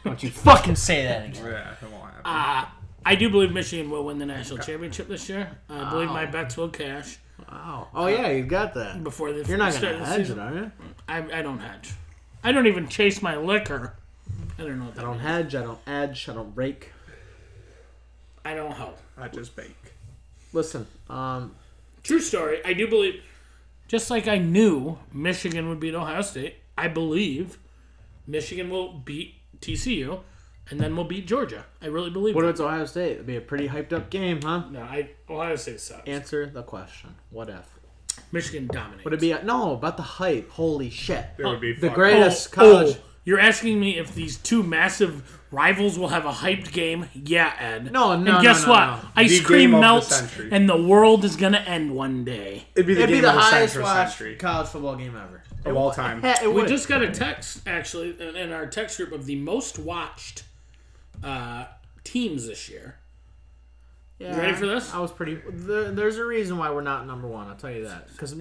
S2: Don't you fucking say that again.
S3: yeah, it won't happen.
S1: Ah. I do believe Michigan will win the national championship this year. I believe my bets will cash
S2: Wow. Oh yeah, you got that.
S1: before the
S2: You're not
S1: start
S2: gonna
S1: of the
S2: hedge
S1: season.
S2: it, are you?
S1: I, I don't hedge. I don't even chase my liquor. I don't know what that
S2: I don't
S1: means.
S2: hedge. I don't edge. I don't rake.
S1: I don't help.
S3: I just bake.
S2: Listen, um,
S1: True story. I do believe, just like I knew Michigan would beat Ohio State, I believe Michigan will beat TCU, and then we'll beat Georgia. I really believe.
S2: what if
S1: that.
S2: it's Ohio State? It'd be a pretty hyped up game, huh?
S1: no, I Ohio State sucks.
S2: Answer the question. What if?
S1: Michigan dominates.
S2: Would it be no about the hype? Holy shit!
S3: It would be
S2: The
S3: fucking-
S1: Oh,
S2: greatest college.
S1: You're asking me if these two massive rivals will have a hyped game? Yeah, Ed.
S2: No, no, no,
S1: And guess
S2: no,
S1: what?
S2: no.
S1: Ice
S3: The
S1: cream
S3: game of the
S1: melts,
S3: century.
S1: and the world is gonna end one day.
S3: It'd be the
S2: It'd
S3: game
S2: be the
S3: of the
S2: highest
S3: century,
S2: watched
S3: century
S2: college football game ever.
S3: of all time.
S2: Yeah, it
S1: We
S2: would.
S1: just got a text actually in- in our text group of the most watched uh, teams this year.
S2: yeah,
S1: ready for this?
S2: I was pretty. There, there's a reason why we're not number one. I'll tell you that because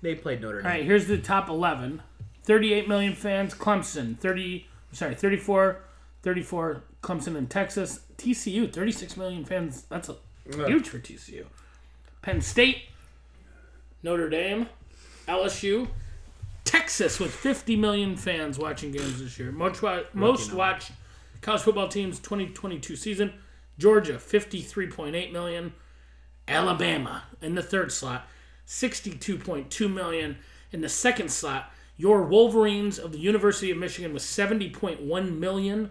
S2: they played Notre Dame.
S1: All right, here's the top 11. 38 million fans, Clemson, 30 sorry, 34 34 Clemson and Texas, TCU 36 million fans. That's a, huge for TCU. Penn State, Notre Dame, LSU, Texas with 50 million fans watching games this year. Most, wa- most watched college football teams 2022 season. Georgia 53.8 million, Alabama in the third slot 62.2 million in the second slot. Your Wolverines of the University of Michigan with 70.1 million.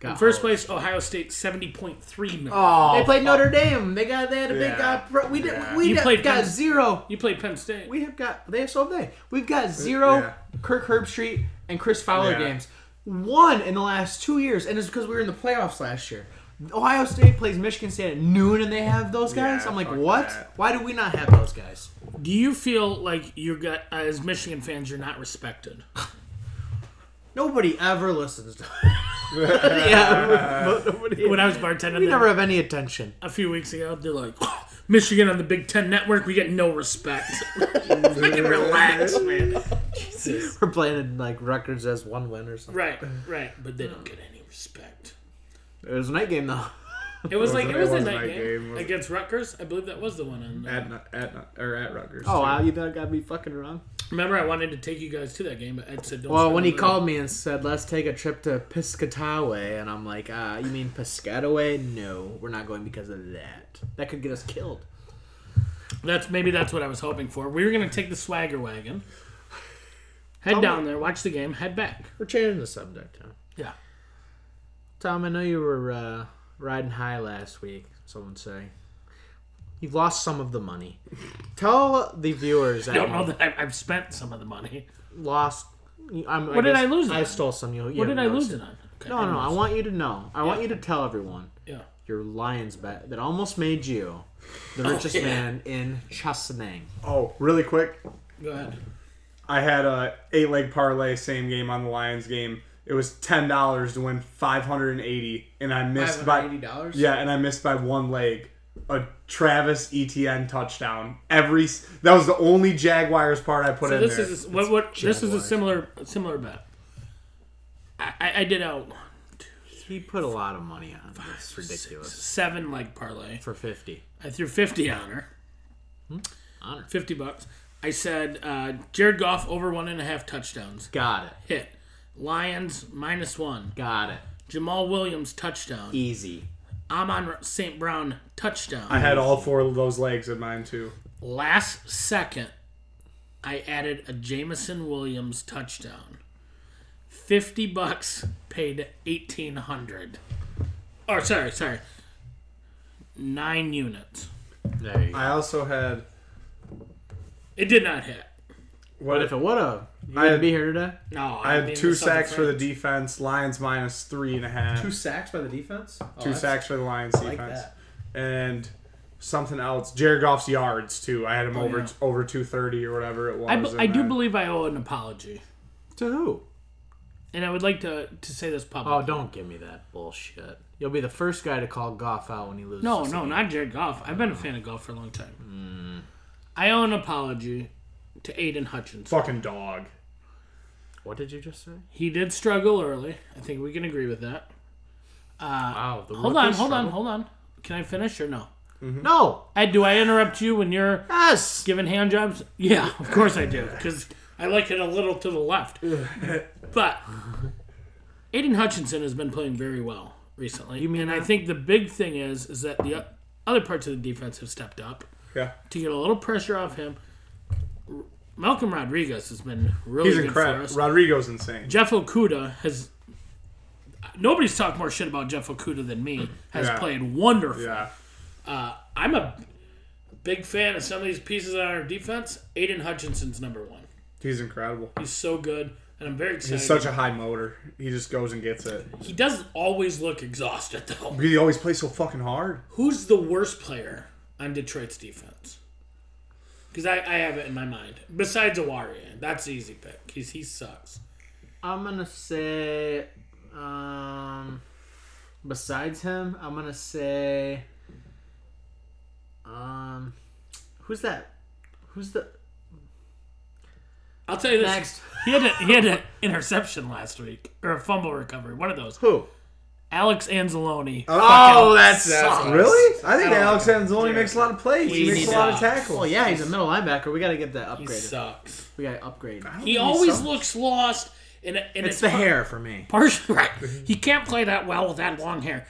S2: Got
S1: In first
S2: hosed.
S1: place, Ohio State, seventy point three million.
S2: Oh, they played Notre Dame. They got they had a big
S3: Yeah.
S2: uh, pro- we did
S3: Yeah.
S2: we
S1: You
S2: d-
S1: played
S2: got
S1: Penn-
S2: zero.
S1: You played Penn State.
S2: We have got they so have they. We've got zero
S3: Uh, yeah.
S2: Kirk Herbstreit and Chris Fowler
S3: Yeah.
S2: games. One in the last two years, and it's because we were in the playoffs last year. Ohio State plays Michigan State at noon, and they have those guys.
S3: Yeah,
S2: I'm like,
S3: fuck
S2: what?
S3: that.
S2: Why do we not have those guys?
S1: Do you feel like you got as Michigan fans, you're not respected?
S2: Nobody ever listens to. yeah, but nobody.
S1: When I was bartending,
S2: we
S1: there
S2: never have any attention.
S1: a few weeks ago, they're like, Michigan on the Big Ten Network, we get no respect. Fucking relax, man. Jesus.
S2: We're playing in, like records as one win or something.
S1: Right, right, but they don't get any respect.
S2: It was a night game though.
S1: It was like it was a
S3: wasn't
S1: night,
S3: that
S1: game,
S3: game, was it?
S1: against Rutgers. I believe that was the one. On,
S3: At, Nu- at, Nu- or at Rutgers.
S2: Oh,
S3: too.
S2: wow, you thought got me fucking wrong.
S1: remember, I wanted to take you guys to that game, but Ed said, "Don't."
S2: Well,
S1: spend
S2: when he
S1: money.
S2: called me and said, "Let's take a trip to Piscataway," and I'm like, "Uh, you mean Piscataway? No, we're not going because of that. That could get us killed."
S1: That's maybe that's what I was hoping for. We were gonna take the swagger wagon, head down there, watch the game, head back.
S2: We're changing the subject, Tom.
S1: Yeah.
S2: Tom, I know you were uh, riding high last week. Someone say you've lost some of the money. Tell the viewers.
S1: I don't know that I've, I've spent some of the money.
S2: lost. I'm,
S1: What did
S2: guess
S1: I lose it
S2: I
S1: on?
S2: stole some. You, you
S1: What did
S2: haven't
S1: I
S2: noticed
S1: lose it on? Okay,
S2: No, no. I
S1: lost.
S2: want you to know. I want you to tell everyone
S1: Yeah.
S2: your Lions bet that almost made you the richest
S1: Oh, yeah.
S2: man in Chastenang.
S3: Oh, really quick.
S1: Go ahead.
S3: I had a eight leg parlay, same game on the Lions game. It was ten dollars to win five hundred and eighty, and I missed by
S2: $580?
S3: Yeah, and I missed by one leg. A Travis Etienne touchdown. Every s- that was the only Jaguars part I put
S1: So
S3: in
S1: this
S3: there.
S1: is what what this is a similar similar bet. I, I- I did out
S2: He put a lot of money on this. Ridiculous
S1: seven leg parlay.
S2: for fifty.
S1: I threw fifty on her.
S2: Hmm? On her.
S1: Fifty bucks. I said uh, Jared Goff over one and a half touchdowns.
S2: Got it.
S1: Hit. Lions minus one.
S2: Got it.
S1: Jamal Williams touchdown.
S2: Easy.
S1: Amon St. Brown touchdown.
S3: I had all four of those legs in mine too.
S1: Last second, I added a Jamison Williams touchdown. Fifty bucks paid eighteen hundred. Or sorry, sorry. Nine units.
S2: There you go.
S3: I also had
S1: It did not hit.
S3: what
S2: But if it would have, you
S3: I
S2: would
S3: had-
S2: be here today.
S1: No,
S3: I had
S1: mean,
S3: two
S1: this doesn't
S3: sacks for the
S1: fit.
S3: defense. Lions minus three and a half. Two
S2: sacks by the defense. Oh,
S3: sacks for the Lions
S2: like
S3: defense, and something else. Jared Goff's yards too. I had him over
S1: yeah.
S3: over two thirty or whatever it was.
S1: I, b-
S3: and
S1: I do
S3: then-
S1: believe I owe an apology,
S2: To who?
S1: and I would like to to say this publicly.
S2: Oh, don't give me that bullshit. You'll be the first guy to call Goff out when he loses.
S1: No,
S2: this
S1: no,
S2: game.
S1: not Jared Goff. I've been a fan of golf for a long time.
S2: Mm.
S1: I owe an apology to Aiden Hutchinson.
S3: fucking dog.
S2: What did you just say?
S1: He did struggle early. I think we can agree with that.
S2: Wow. The
S1: Uh, Hold on, hold on, hold on. Can I finish or no?
S2: No.
S1: Ed, do I interrupt you when you're
S2: Yes.
S1: giving hand jobs? Yeah, of course I do, because I like it a little to the left. But Aiden Hutchinson has been playing very well recently.
S2: mean
S1: and I
S2: that?
S1: think the big thing is is that the o- other parts of the defense have stepped up.
S3: Yeah,
S1: to get a little pressure off him. R- Malcolm Rodriguez has been really
S3: he's
S1: good
S3: incredible.
S1: for us.
S3: Rodrigo's insane.
S1: Jeff Okuda has. Nobody's talked more shit about Jeff Okuda than me. Has
S3: Yeah.
S1: played wonderful.
S3: Yeah,
S1: I'm a big fan of some of these pieces on our defense. Aiden Hutchinson's number one.
S3: he's incredible.
S1: He's so good, and I'm very excited.
S3: He's such a high motor. He just goes and gets it.
S1: he doesn't always look exhausted though.
S3: He always plays so fucking hard.
S1: Who's the worst player on Detroit's defense? Because I, I have it in my mind. Besides Awarian, that's the easy pick. He's, he sucks.
S2: I'm gonna say, um, besides him, I'm gonna say, um, who's that? Who's the
S1: I'll tell you this.
S2: next?
S1: He had a, he had an interception last week or a fumble recovery. One of those.
S2: Who?
S1: Alex Anzalone.
S2: Oh, that's that's
S3: Really? I think Alex Anzalone makes a lot of plays. He
S1: He
S3: makes a lot of
S1: sucks.
S3: tackles.
S2: Well, Oh, yeah, he's a middle linebacker. We gotta get that
S1: He
S2: upgraded.
S1: sucks.
S2: we gotta upgrade.
S1: He always looks lost, and, and
S2: It's the
S1: par-
S2: hair for me.
S1: Partially right. He can't play that well with that long hair,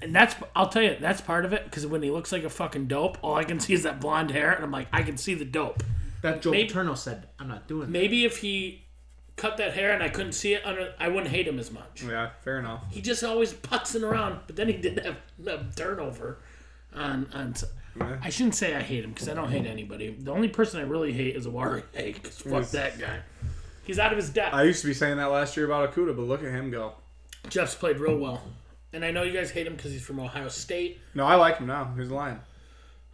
S1: and that's I'll tell you that's part of it. Because when he looks like a fucking dope, all I can see is that blonde hair, and I'm like, I can see the dope.
S2: That Joe
S1: Maybe-
S2: Paterno said, "I'm not doing." that."
S1: Maybe if he cut that hair and I couldn't see it under. I wouldn't hate him as much.
S3: Yeah, fair enough.
S1: He just always putzing around, but then he did have a turnover. On on, s-
S3: Yeah.
S1: I shouldn't say I hate him because I don't hate anybody. The only person I really hate is Awari. Hey, 'cause fuck
S3: Yes.
S1: that guy. He's out of his depth.
S3: I used to be saying that last year about Akuda, but look at him go.
S1: Jeff's played real well, and I know you guys hate him because he's from Ohio State.
S3: No, I like him now. He's lying.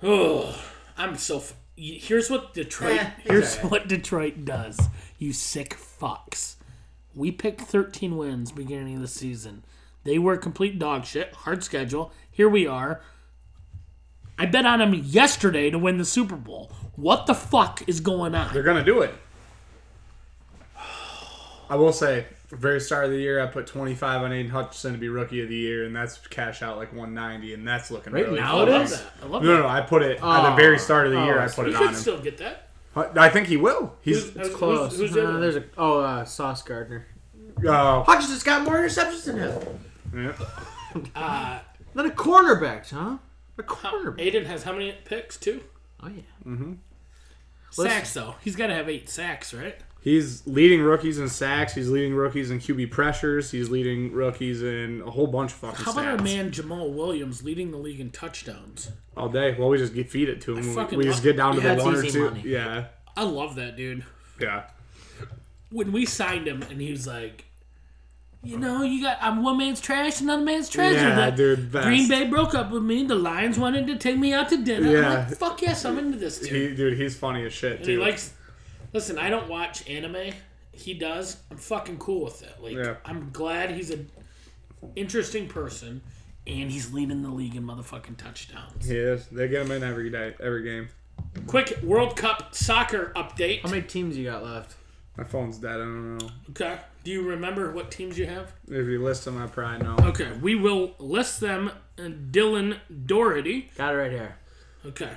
S1: Ugh, I'm so. F- y- here's what Detroit.
S2: Eh, he's
S1: here's
S2: alright.
S1: what Detroit does. You sick fucks. We picked 13 wins beginning of the season. They were complete dog shit. Hard schedule. Here we are. I bet on them yesterday to win the Super Bowl. What the fuck is going on?
S3: They're gonna do it. I will say, very start of the year, I put 25 on Aiden Hutchinson to be rookie of the year, and that's cash out like 190, and that's looking right really
S1: I
S2: now it
S3: fun.
S1: love that. I love
S3: No,
S1: that.
S3: no, I put it at the very start of the
S2: Oh,
S3: year. I
S2: oh,
S3: put
S1: You
S3: it
S1: could
S3: on him.
S1: still get that.
S3: I think he will. He's
S1: Who's-
S2: It's close.
S1: Who's, who's the
S2: Uh,
S1: other?
S2: there's a oh uh, Sauce Gardner.
S3: uh,
S2: Hodgson's got more interceptions than him.
S3: yeah.
S2: Then a cornerback, huh? A cornerback.
S1: Aiden has how many picks? Two
S2: Oh yeah.
S1: sacks though. He's got to have eight sacks, right?
S3: He's leading rookies in sacks. He's leading rookies in QB pressures. He's leading rookies in a whole bunch of fucking
S1: How about
S3: stats.
S1: our man Jamal Williams leading the league in touchdowns?
S3: All day. Well, we just get, feed it to him. We,
S1: fucking
S3: we just
S1: love-
S3: get down to
S2: Yeah,
S3: the
S2: it's
S3: one or
S2: easy
S3: two.
S2: money.
S3: Yeah,
S1: I love that dude.
S3: yeah.
S1: When we signed him, and he was like, "You know, you got I'm one man's trash, another man's treasure."
S3: Yeah,
S1: That
S3: dude, best.
S1: Green Bay broke up with me. The Lions wanted to take me out to dinner.
S3: Yeah.
S1: I'm like, "Fuck yes, I'm into this dude."
S3: He, dude, he's funny as
S1: and
S3: shit
S1: he
S3: too.
S1: likes. Listen, I don't watch anime. He does. I'm fucking cool with it. Like,
S3: Yeah.
S1: I'm glad he's a interesting person, and he's leading the league in motherfucking touchdowns.
S3: he is. They get him in every day, every game.
S1: Quick World Cup soccer update.
S2: How many teams you got left?
S3: My phone's dead. I don't know.
S1: Okay. Do you remember what teams you have?
S3: If you list them, I probably know.
S1: Okay, we will list them. Uh, Dylan Doherty.
S2: Got it right here.
S1: Okay.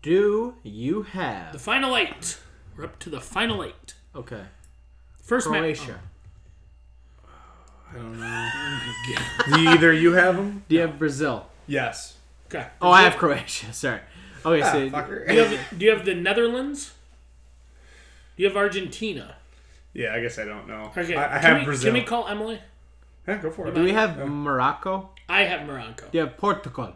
S2: Do you
S1: The
S2: have?
S1: final eight. We're up to the final eight.
S2: Okay.
S1: First match.
S2: Croatia.
S3: I don't know.
S1: Oh,
S3: Do either you have them?
S2: Do you have Brazil?
S3: Yes. Ah,
S1: Okay.
S2: Oh, I have Croatia. Sorry. Okay, so
S1: Do you, have, do you have the Netherlands? Do you have Argentina?
S3: Yeah, I guess I don't know.
S1: Okay.
S3: I, I
S1: can
S3: have
S1: we,
S3: Brazil.
S1: Can we call Emily?
S3: yeah, go for it.
S2: do we have Morocco?
S1: I have Morocco.
S2: Do you have Portugal?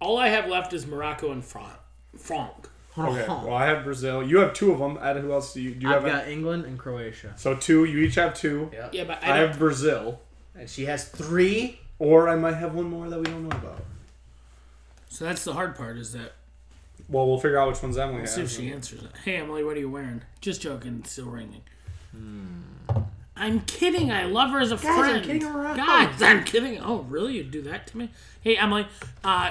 S1: All I have left is Morocco and Fran- Franck.
S3: Okay. Well, I have Brazil. You have two of them. Ed, who else do you, do you
S2: I've
S3: have? a-
S2: got England and Croatia.
S3: so two. You each have two.
S2: Yeah.
S1: Yeah, but I,
S3: I
S1: don't-
S3: have Brazil,
S2: And Uh, she has three.
S3: or I might have one more that we don't know about.
S1: so that's the hard part. Is that
S3: Well, we'll figure out which ones Emily
S1: See if
S3: has.
S1: she answers it. Hey, Emily, what are you wearing? Just joking. It's still ringing. I'm kidding. I love her as a
S2: I'm
S1: friend.
S2: kidding around.
S1: Guys, I'm kidding. Oh, really? You do that to me? Hey, Emily, uh,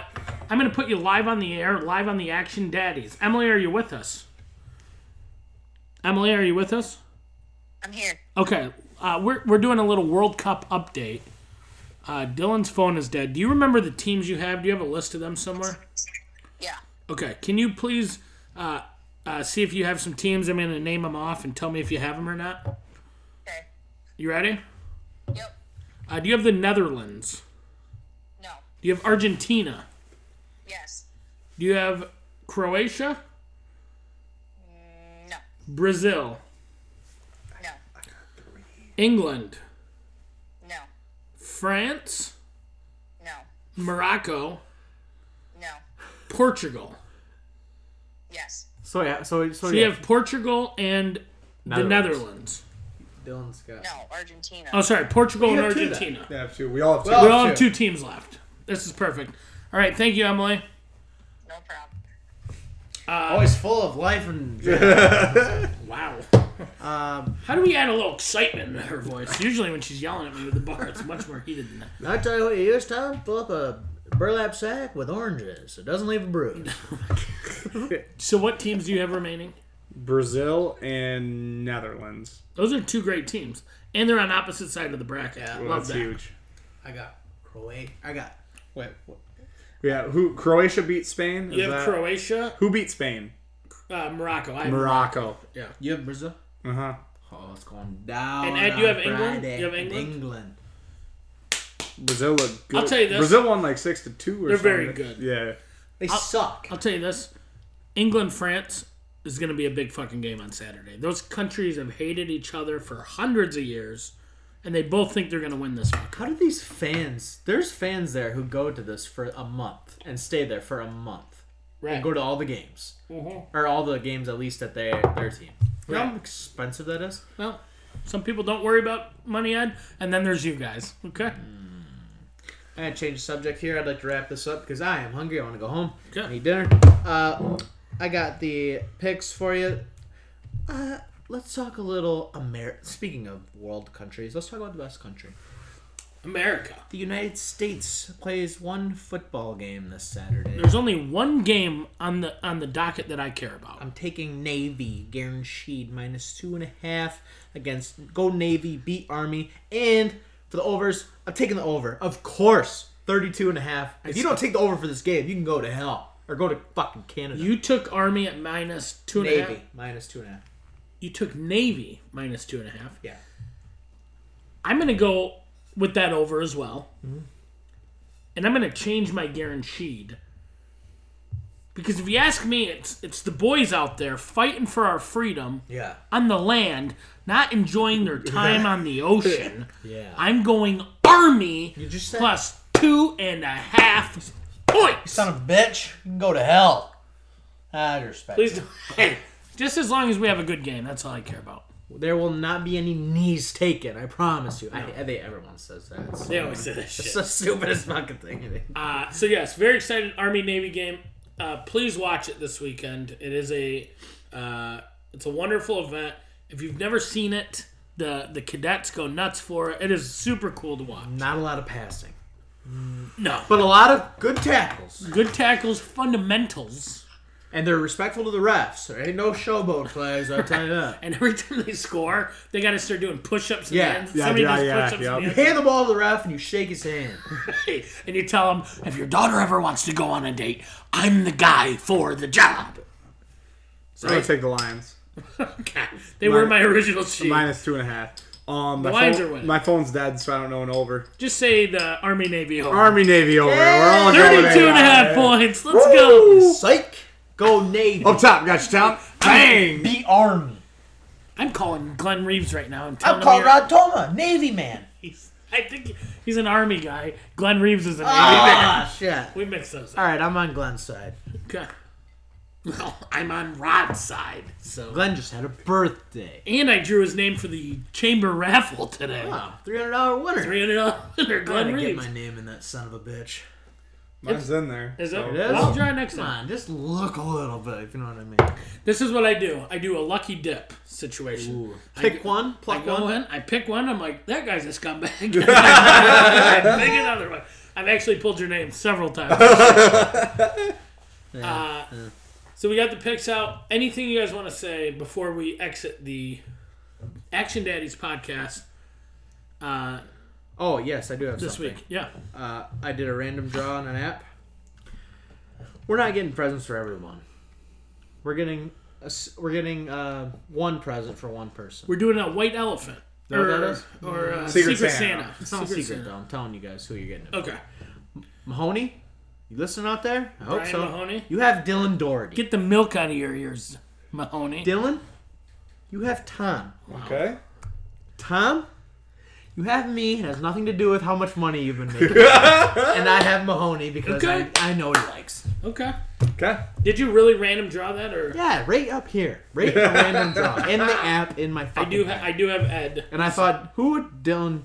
S1: I'm going to put you live on the air, live on the Action Daddies. Emily, are you with us? Emily, are you with us?
S4: I'm here.
S1: Okay, uh, we're, we're doing a little World Cup update. Uh, Dylan's phone is dead. Do you remember the teams you have? Do you have a list of them somewhere?
S4: Yeah.
S1: Okay, can you please uh, uh, see if you have some teams? I'm going to name them off and tell me if you have them or not.
S4: Okay.
S1: You ready?
S4: Yep.
S1: Uh, do you have the Netherlands?
S4: No.
S1: Do you have Argentina?
S4: Yes.
S1: Do you have Croatia?
S4: Mm, No.
S1: Brazil?
S4: No.
S1: England?
S4: No.
S1: France?
S4: No.
S1: Morocco?
S4: No. Yes.
S2: So yeah, so
S1: So
S2: so yeah.
S1: you have Portugal and the Netherlands.
S2: Netherlands. Dylan's got.
S4: No. Argentina.
S1: Oh, sorry, Portugal and
S2: have two then.
S1: Argentina.
S3: Yeah, two. We all have two.
S1: We all have two teams left. This is perfect. All right, thank you, Emily.
S4: No problem.
S2: Always Oh, full of life and.
S1: Wow.
S2: Um,
S1: How do we add a little excitement in her voice? Usually, when she's yelling at me with the bar, it's much more heated than that.
S2: I tell you what, you use Tom. Pull up a burlap sack with oranges. It doesn't leave a bruise.
S1: So, what teams do you have remaining?
S3: Brazil and Netherlands.
S1: Those are two great teams, and they're on opposite side of the bracket. I
S3: Well,
S1: Love
S3: that's
S1: that.
S3: huge.
S2: I got Croatia. I got. Wait. What?
S3: Yeah, who? Croatia beat Spain. Is
S1: You have
S3: that-
S1: Croatia,
S3: Who beat Spain?
S1: uh, Morocco. I have
S3: Morocco.
S2: You have Brazil.
S3: Uh huh.
S2: Oh, it's going down.
S1: And Ed, you
S2: on
S1: have England?
S2: Friday.
S1: You have England?
S2: England.
S3: Brazil looked good.
S1: I'll tell you this.
S3: Brazil won like six to two. Or
S1: They're very
S3: something.
S1: good.
S3: Yeah.
S2: They suck.
S1: I'll tell you this: England, France, is going to be a big fucking game on Saturday. Those countries have hated each other for hundreds of years, and they both think they're going to win this one.
S2: How do these fans? There's fans there who go to this for a month and stay there for a month
S1: Right.
S2: and go to all the games
S1: Mhm.
S2: or all the games at least at their their team. You know how expensive that is.
S1: Well, some people don't worry about money, Ed, and then there's you guys. Okay.
S2: I'm gonna change the subject here. I'd like to wrap this up because I am hungry. I want to go home.
S1: Okay.
S2: I Need dinner. Uh, I got the picks for you. Uh, let's talk a little Amer. Speaking of world countries, let's talk about the best country.
S1: America.
S2: The United States plays one football game this Saturday.
S1: There's only one game on the on the docket that I care about.
S2: I'm taking Navy guaranteed minus two and a half against go Navy beat Army and for the overs I'm taking the over of course 32 and a half if you don't take the over for this game you can go to hell or go to fucking Canada
S1: You took Army at minus two and a half.
S2: Navy minus two and a half
S1: You took Navy minus two and a half.
S2: yeah
S1: I'm gonna go with that over as well, and I'm gonna change my guaranteed. Because if you ask me, it's it's the boys out there fighting for our freedom
S2: yeah
S1: on the land, not enjoying their time on the ocean.
S2: yeah
S1: I'm going Army
S2: you just said
S1: plus two and a half points.
S2: son of a bitch you can go to hell I respect
S1: Please don't- Hey, just as long as we have a good game, that's all I care about.
S2: there will not be any knees taken I promise you I, they everyone says that it's
S1: They always say that shit.
S2: it's the stupidest fucking thing
S1: Uh, so yes, very excited Army Navy game. Uh, please watch it this weekend. It is a uh, it's a wonderful event. If you've never seen it, the the cadets go nuts for it. It is super cool to watch.
S2: not a lot of passing
S1: No,
S2: but a lot of good tackles.
S1: good tackles, fundamentals,
S2: And they're respectful to the refs. There ain't no showboat plays, I'll tell you that.
S1: and every time they score, they got to start doing push-ups. in
S2: Yeah.
S1: the end.
S3: Yeah,
S1: Somebody
S3: yeah,
S1: does
S3: yeah,
S1: push-ups in
S3: yeah.
S1: the
S2: You
S1: end.
S2: hand the ball to the ref and you shake his hand.
S1: and you tell them if your daughter ever wants to go on a date, I'm the guy for the job.
S3: I'm gonna take the Lions.
S1: God, they were my
S3: My-
S1: original sheet.
S3: Minus two and a half. Um, my
S1: Lions
S3: phone-
S1: are winning.
S3: My phone's dead, so I don't know an over.
S1: Just say the Army Navy. over.
S3: Army Navy over. We're all going
S1: 32 and a
S3: in.
S1: half points. Let's go.
S2: Psych! Go Navy!
S1: Oh,
S3: Up top, got you, Tom. Bang.
S2: Be Army!
S1: I'm calling Glenn Reeves right now and telling
S2: I'm
S1: him
S2: called
S1: you're-
S2: Rod Toma, Navy man!
S1: he's, I think he's an Army guy. Glenn Reeves is an Navy.
S2: Ah, shit.
S1: We mix those up.
S2: Alright, I'm on Glenn's side.
S1: Okay. Well, I'm on Rod's side. So.
S2: Glenn just had a birthday.
S1: And I drew his name for the chamber raffle today.
S2: Wow, $300 winner.
S1: $300
S2: I'm
S1: Glenn
S2: gonna Ah. get
S1: Reeves.
S2: my name in that son of a bitch.
S3: Mine's in there.
S1: Is
S3: so-
S1: it?
S2: It is.
S1: I'll draw next
S2: Come
S1: time.
S2: on, just look a little bit, if you know what I mean.
S1: This is what I do. I do a lucky dip situation. I
S2: Pick
S1: go-
S2: one,
S1: I
S2: pluck
S1: go
S2: one.
S1: in, I pick one, I'm like, that guy's a scumbag. I pick another one. I've actually pulled your name several times. Uh, so we got the picks out. Anything you guys want to say before we exit the Action Daddies podcast uh,
S2: Oh, yes, I do have
S1: this
S2: something.
S1: week? Yeah.
S2: Uh, I did a random draw on an app. We're not getting presents for everyone. We're getting a s we're getting uh, one present for one person.
S1: We're doing a white elephant.
S2: Know what that is?
S1: or uh, Secret,
S3: Secret
S1: Santa.
S3: Santa.
S2: It's not a secret though. I'm telling you guys who you're getting. It.
S1: Okay.
S2: Mahoney, you listening out there? I hope
S1: Brian
S2: so.
S1: Mahoney?
S2: You have Dylan Doherty.
S1: Get the milk out of your ears, Mahoney.
S2: Dylan, you have Tom.
S3: Okay.
S2: Tom, you have me. It has nothing to do with how much money you've been making. and I have Mahoney because
S1: Okay.
S2: I, I know he likes.
S1: Okay.
S3: Okay.
S1: Did you really random draw that, or
S2: Yeah, right up here. Right a random draw. In the app, in my
S1: I
S2: fucking
S1: do?
S2: app.
S1: Ha- I do have Ed.
S2: And I thought, who would Dylan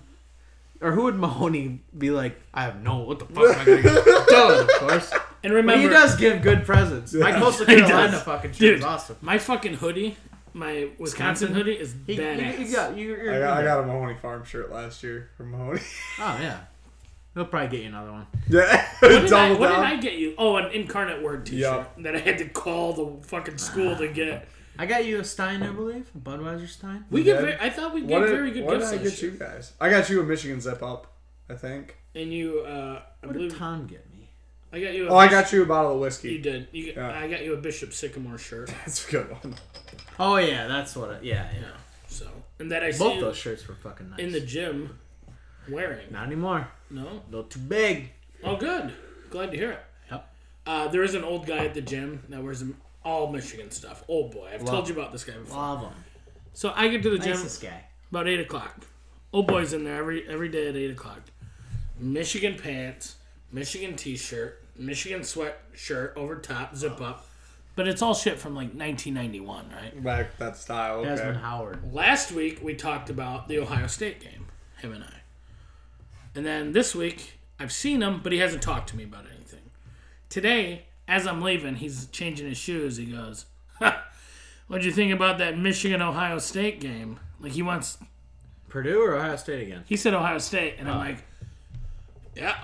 S2: or who would Mahoney be like? I have no. What the fuck am I gonna get? Dylan, of course.
S1: And
S2: But
S1: remember,
S2: he does give good presents. My coastal
S1: He does.
S2: Carolina fucking shit
S1: Dude,
S2: is awesome.
S1: my fucking hoodie, my Wisconsin
S2: Wisconsin?
S1: hoodie is
S2: He, you,
S1: badass.
S2: you got, you, you're,
S3: I got, I got a Mahoney Farm shirt last year from Mahoney.
S2: Oh yeah, he'll probably get you another one.
S3: yeah.
S1: what did, I,
S3: Double
S1: what did
S3: down.
S1: I get you? Oh, an incarnate word T-shirt
S3: Yup.
S1: that I had to call the fucking school to get.
S2: I got you a Stein, I believe, a Budweiser Stein.
S1: We get.
S3: did?
S1: Very, I thought we gave
S3: What did,
S1: very good
S3: what did
S1: gifts.
S3: I
S1: this
S3: get
S1: year.
S3: you guys? I got you a Michigan zip up, I think.
S1: And you, uh, I
S2: What did
S1: believe
S2: Tom get me?
S1: I got you. A
S3: Oh, I got you a bottle of whiskey.
S1: You did. You,
S3: Yeah.
S1: I got you a Bishop Sycamore shirt.
S3: That's a good one.
S2: Oh yeah, that's what. I, yeah, yeah.
S1: So, and that I see
S2: Both
S1: you
S2: those shirts were fucking nice.
S1: in the gym wearing.
S2: Not anymore.
S1: No.
S2: A little too big.
S1: Oh, good. Glad to hear it.
S2: Yep.
S1: Uh, there is an old guy at the gym that wears a all Michigan stuff. Oh boy, I've told you about this guy before.
S2: Love him.
S1: So I get to the gym
S2: Nicest guy.
S1: about eight o'clock. Old boy's in there every every day at eight o'clock. Michigan pants, Michigan t-shirt, Michigan sweatshirt over top, zip up, but it's all shit from like 1991, right?
S3: Back that style. Okay.
S2: Desmond Howard.
S1: Last week we talked about the Ohio State game, him and I. And then this week I've seen him, but he hasn't talked to me about anything. Today, as I'm leaving, he's changing his shoes. He goes, "Ha, "What'd you think about that Michigan Ohio State game?" Like he wants,
S2: Purdue or Ohio State again?
S1: he said Ohio State, and I'm like, "Yeah."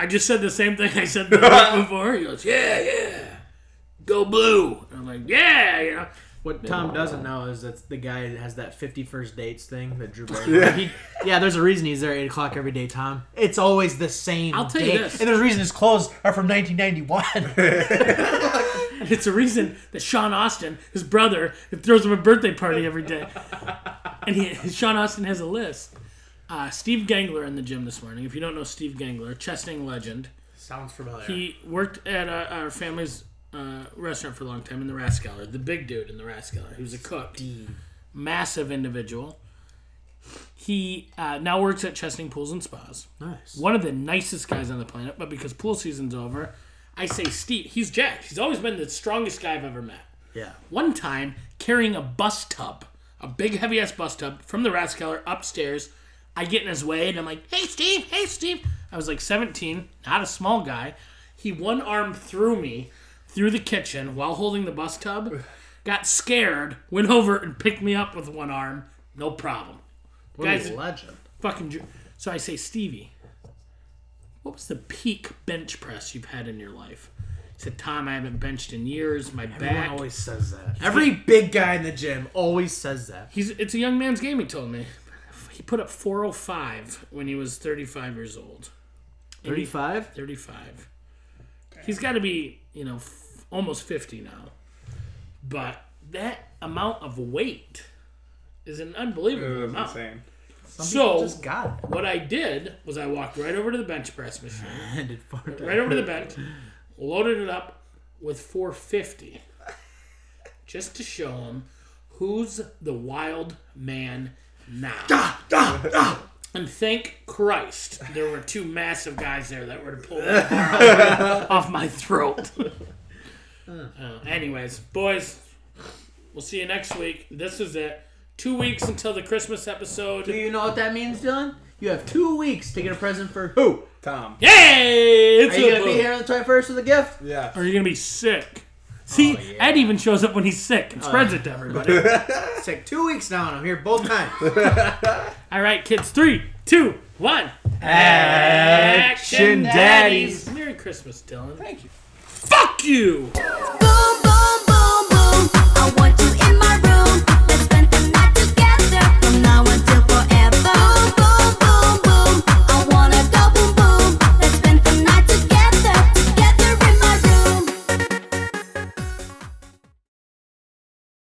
S1: I just said the same thing I said the week before. He goes, "Yeah, yeah, go blue." And I'm like, "Yeah, you know."
S2: What Tom doesn't know is that the guy that has that 51st dates thing that Drew Barrymore. yeah. He, yeah, there's a reason he's there at 8 o'clock every day, Tom. It's always the same
S1: I'll tell you
S2: day.
S1: this.
S2: And there's a reason his clothes are from 1991.
S1: It's a reason that Sean Austin, his brother, throws him a birthday party every day. And he, Sean Austin has a list. Uh, Steve Gangler in the gym this morning. If you don't know Steve Gangler, chesting legend,
S2: Sounds familiar.
S1: he worked at uh, our family's uh, restaurant for a long time in the Rascaller, the big dude in the Rascaller. He was a cook, massive individual. He uh, now works at Chesting Pools and Spas.
S2: nice.
S1: One of the nicest guys on the planet, but because pool season's over, I say Steve. He's jacked. He's always been the strongest guy I've ever met
S2: Yeah.
S1: one time carrying a bus tub, a big heavy ass bus tub from the Rascaller upstairs. I get in his way and I'm like, hey, Steve, hey, Steve. I was like 17, not a small guy. He one arm threw me through the kitchen while holding the bus tub, got scared, went over and picked me up with one arm. No problem.
S2: What a
S1: Guys-
S2: legend.
S1: Fucking. Ju- so I say, Stevie, what was the peak bench press you've had in your life? He said, Tom, I haven't benched in years. My
S2: Everyone
S1: back.
S2: always says that. Every big guy in the gym always says that.
S1: He's it's a young man's game. He told me he put up 405 when he was 35 years old.
S2: 35?
S1: 35. He's got to be you know f- almost 50 now, but that amount of weight is an
S3: It
S1: unbelievable
S3: was
S1: amount.
S3: insane.
S1: So
S2: just got it.
S1: what I did was I walked right over to the bench press machine,
S2: And it farted.
S1: right over to the bench, loaded it up with 450, just to show him who's the wild man now. And thank Christ, there were two massive guys there that were to pull that bar off my throat. Uh, anyways, boys, we'll see you next week. This is it. Two weeks until the Christmas
S2: Do
S1: episode.
S2: you know what that means, Dylan? You have two weeks to get a present for who?
S3: Who? Tom.
S1: Yay! It's
S2: Are you
S1: a
S2: gonna be
S1: boom.
S2: here on the 21st with a gift?
S3: Yeah.
S1: Or you're gonna be sick. See, Ed even shows up when he's sick and spreads it to everybody.
S2: It's like two weeks now, and I'm here both times.
S1: All right, kids. Three, two, one. Action
S2: Daddies.
S1: Merry Christmas, Dylan. Thank you. Fuck you.
S6: Boom, boom, boom, boom. I want you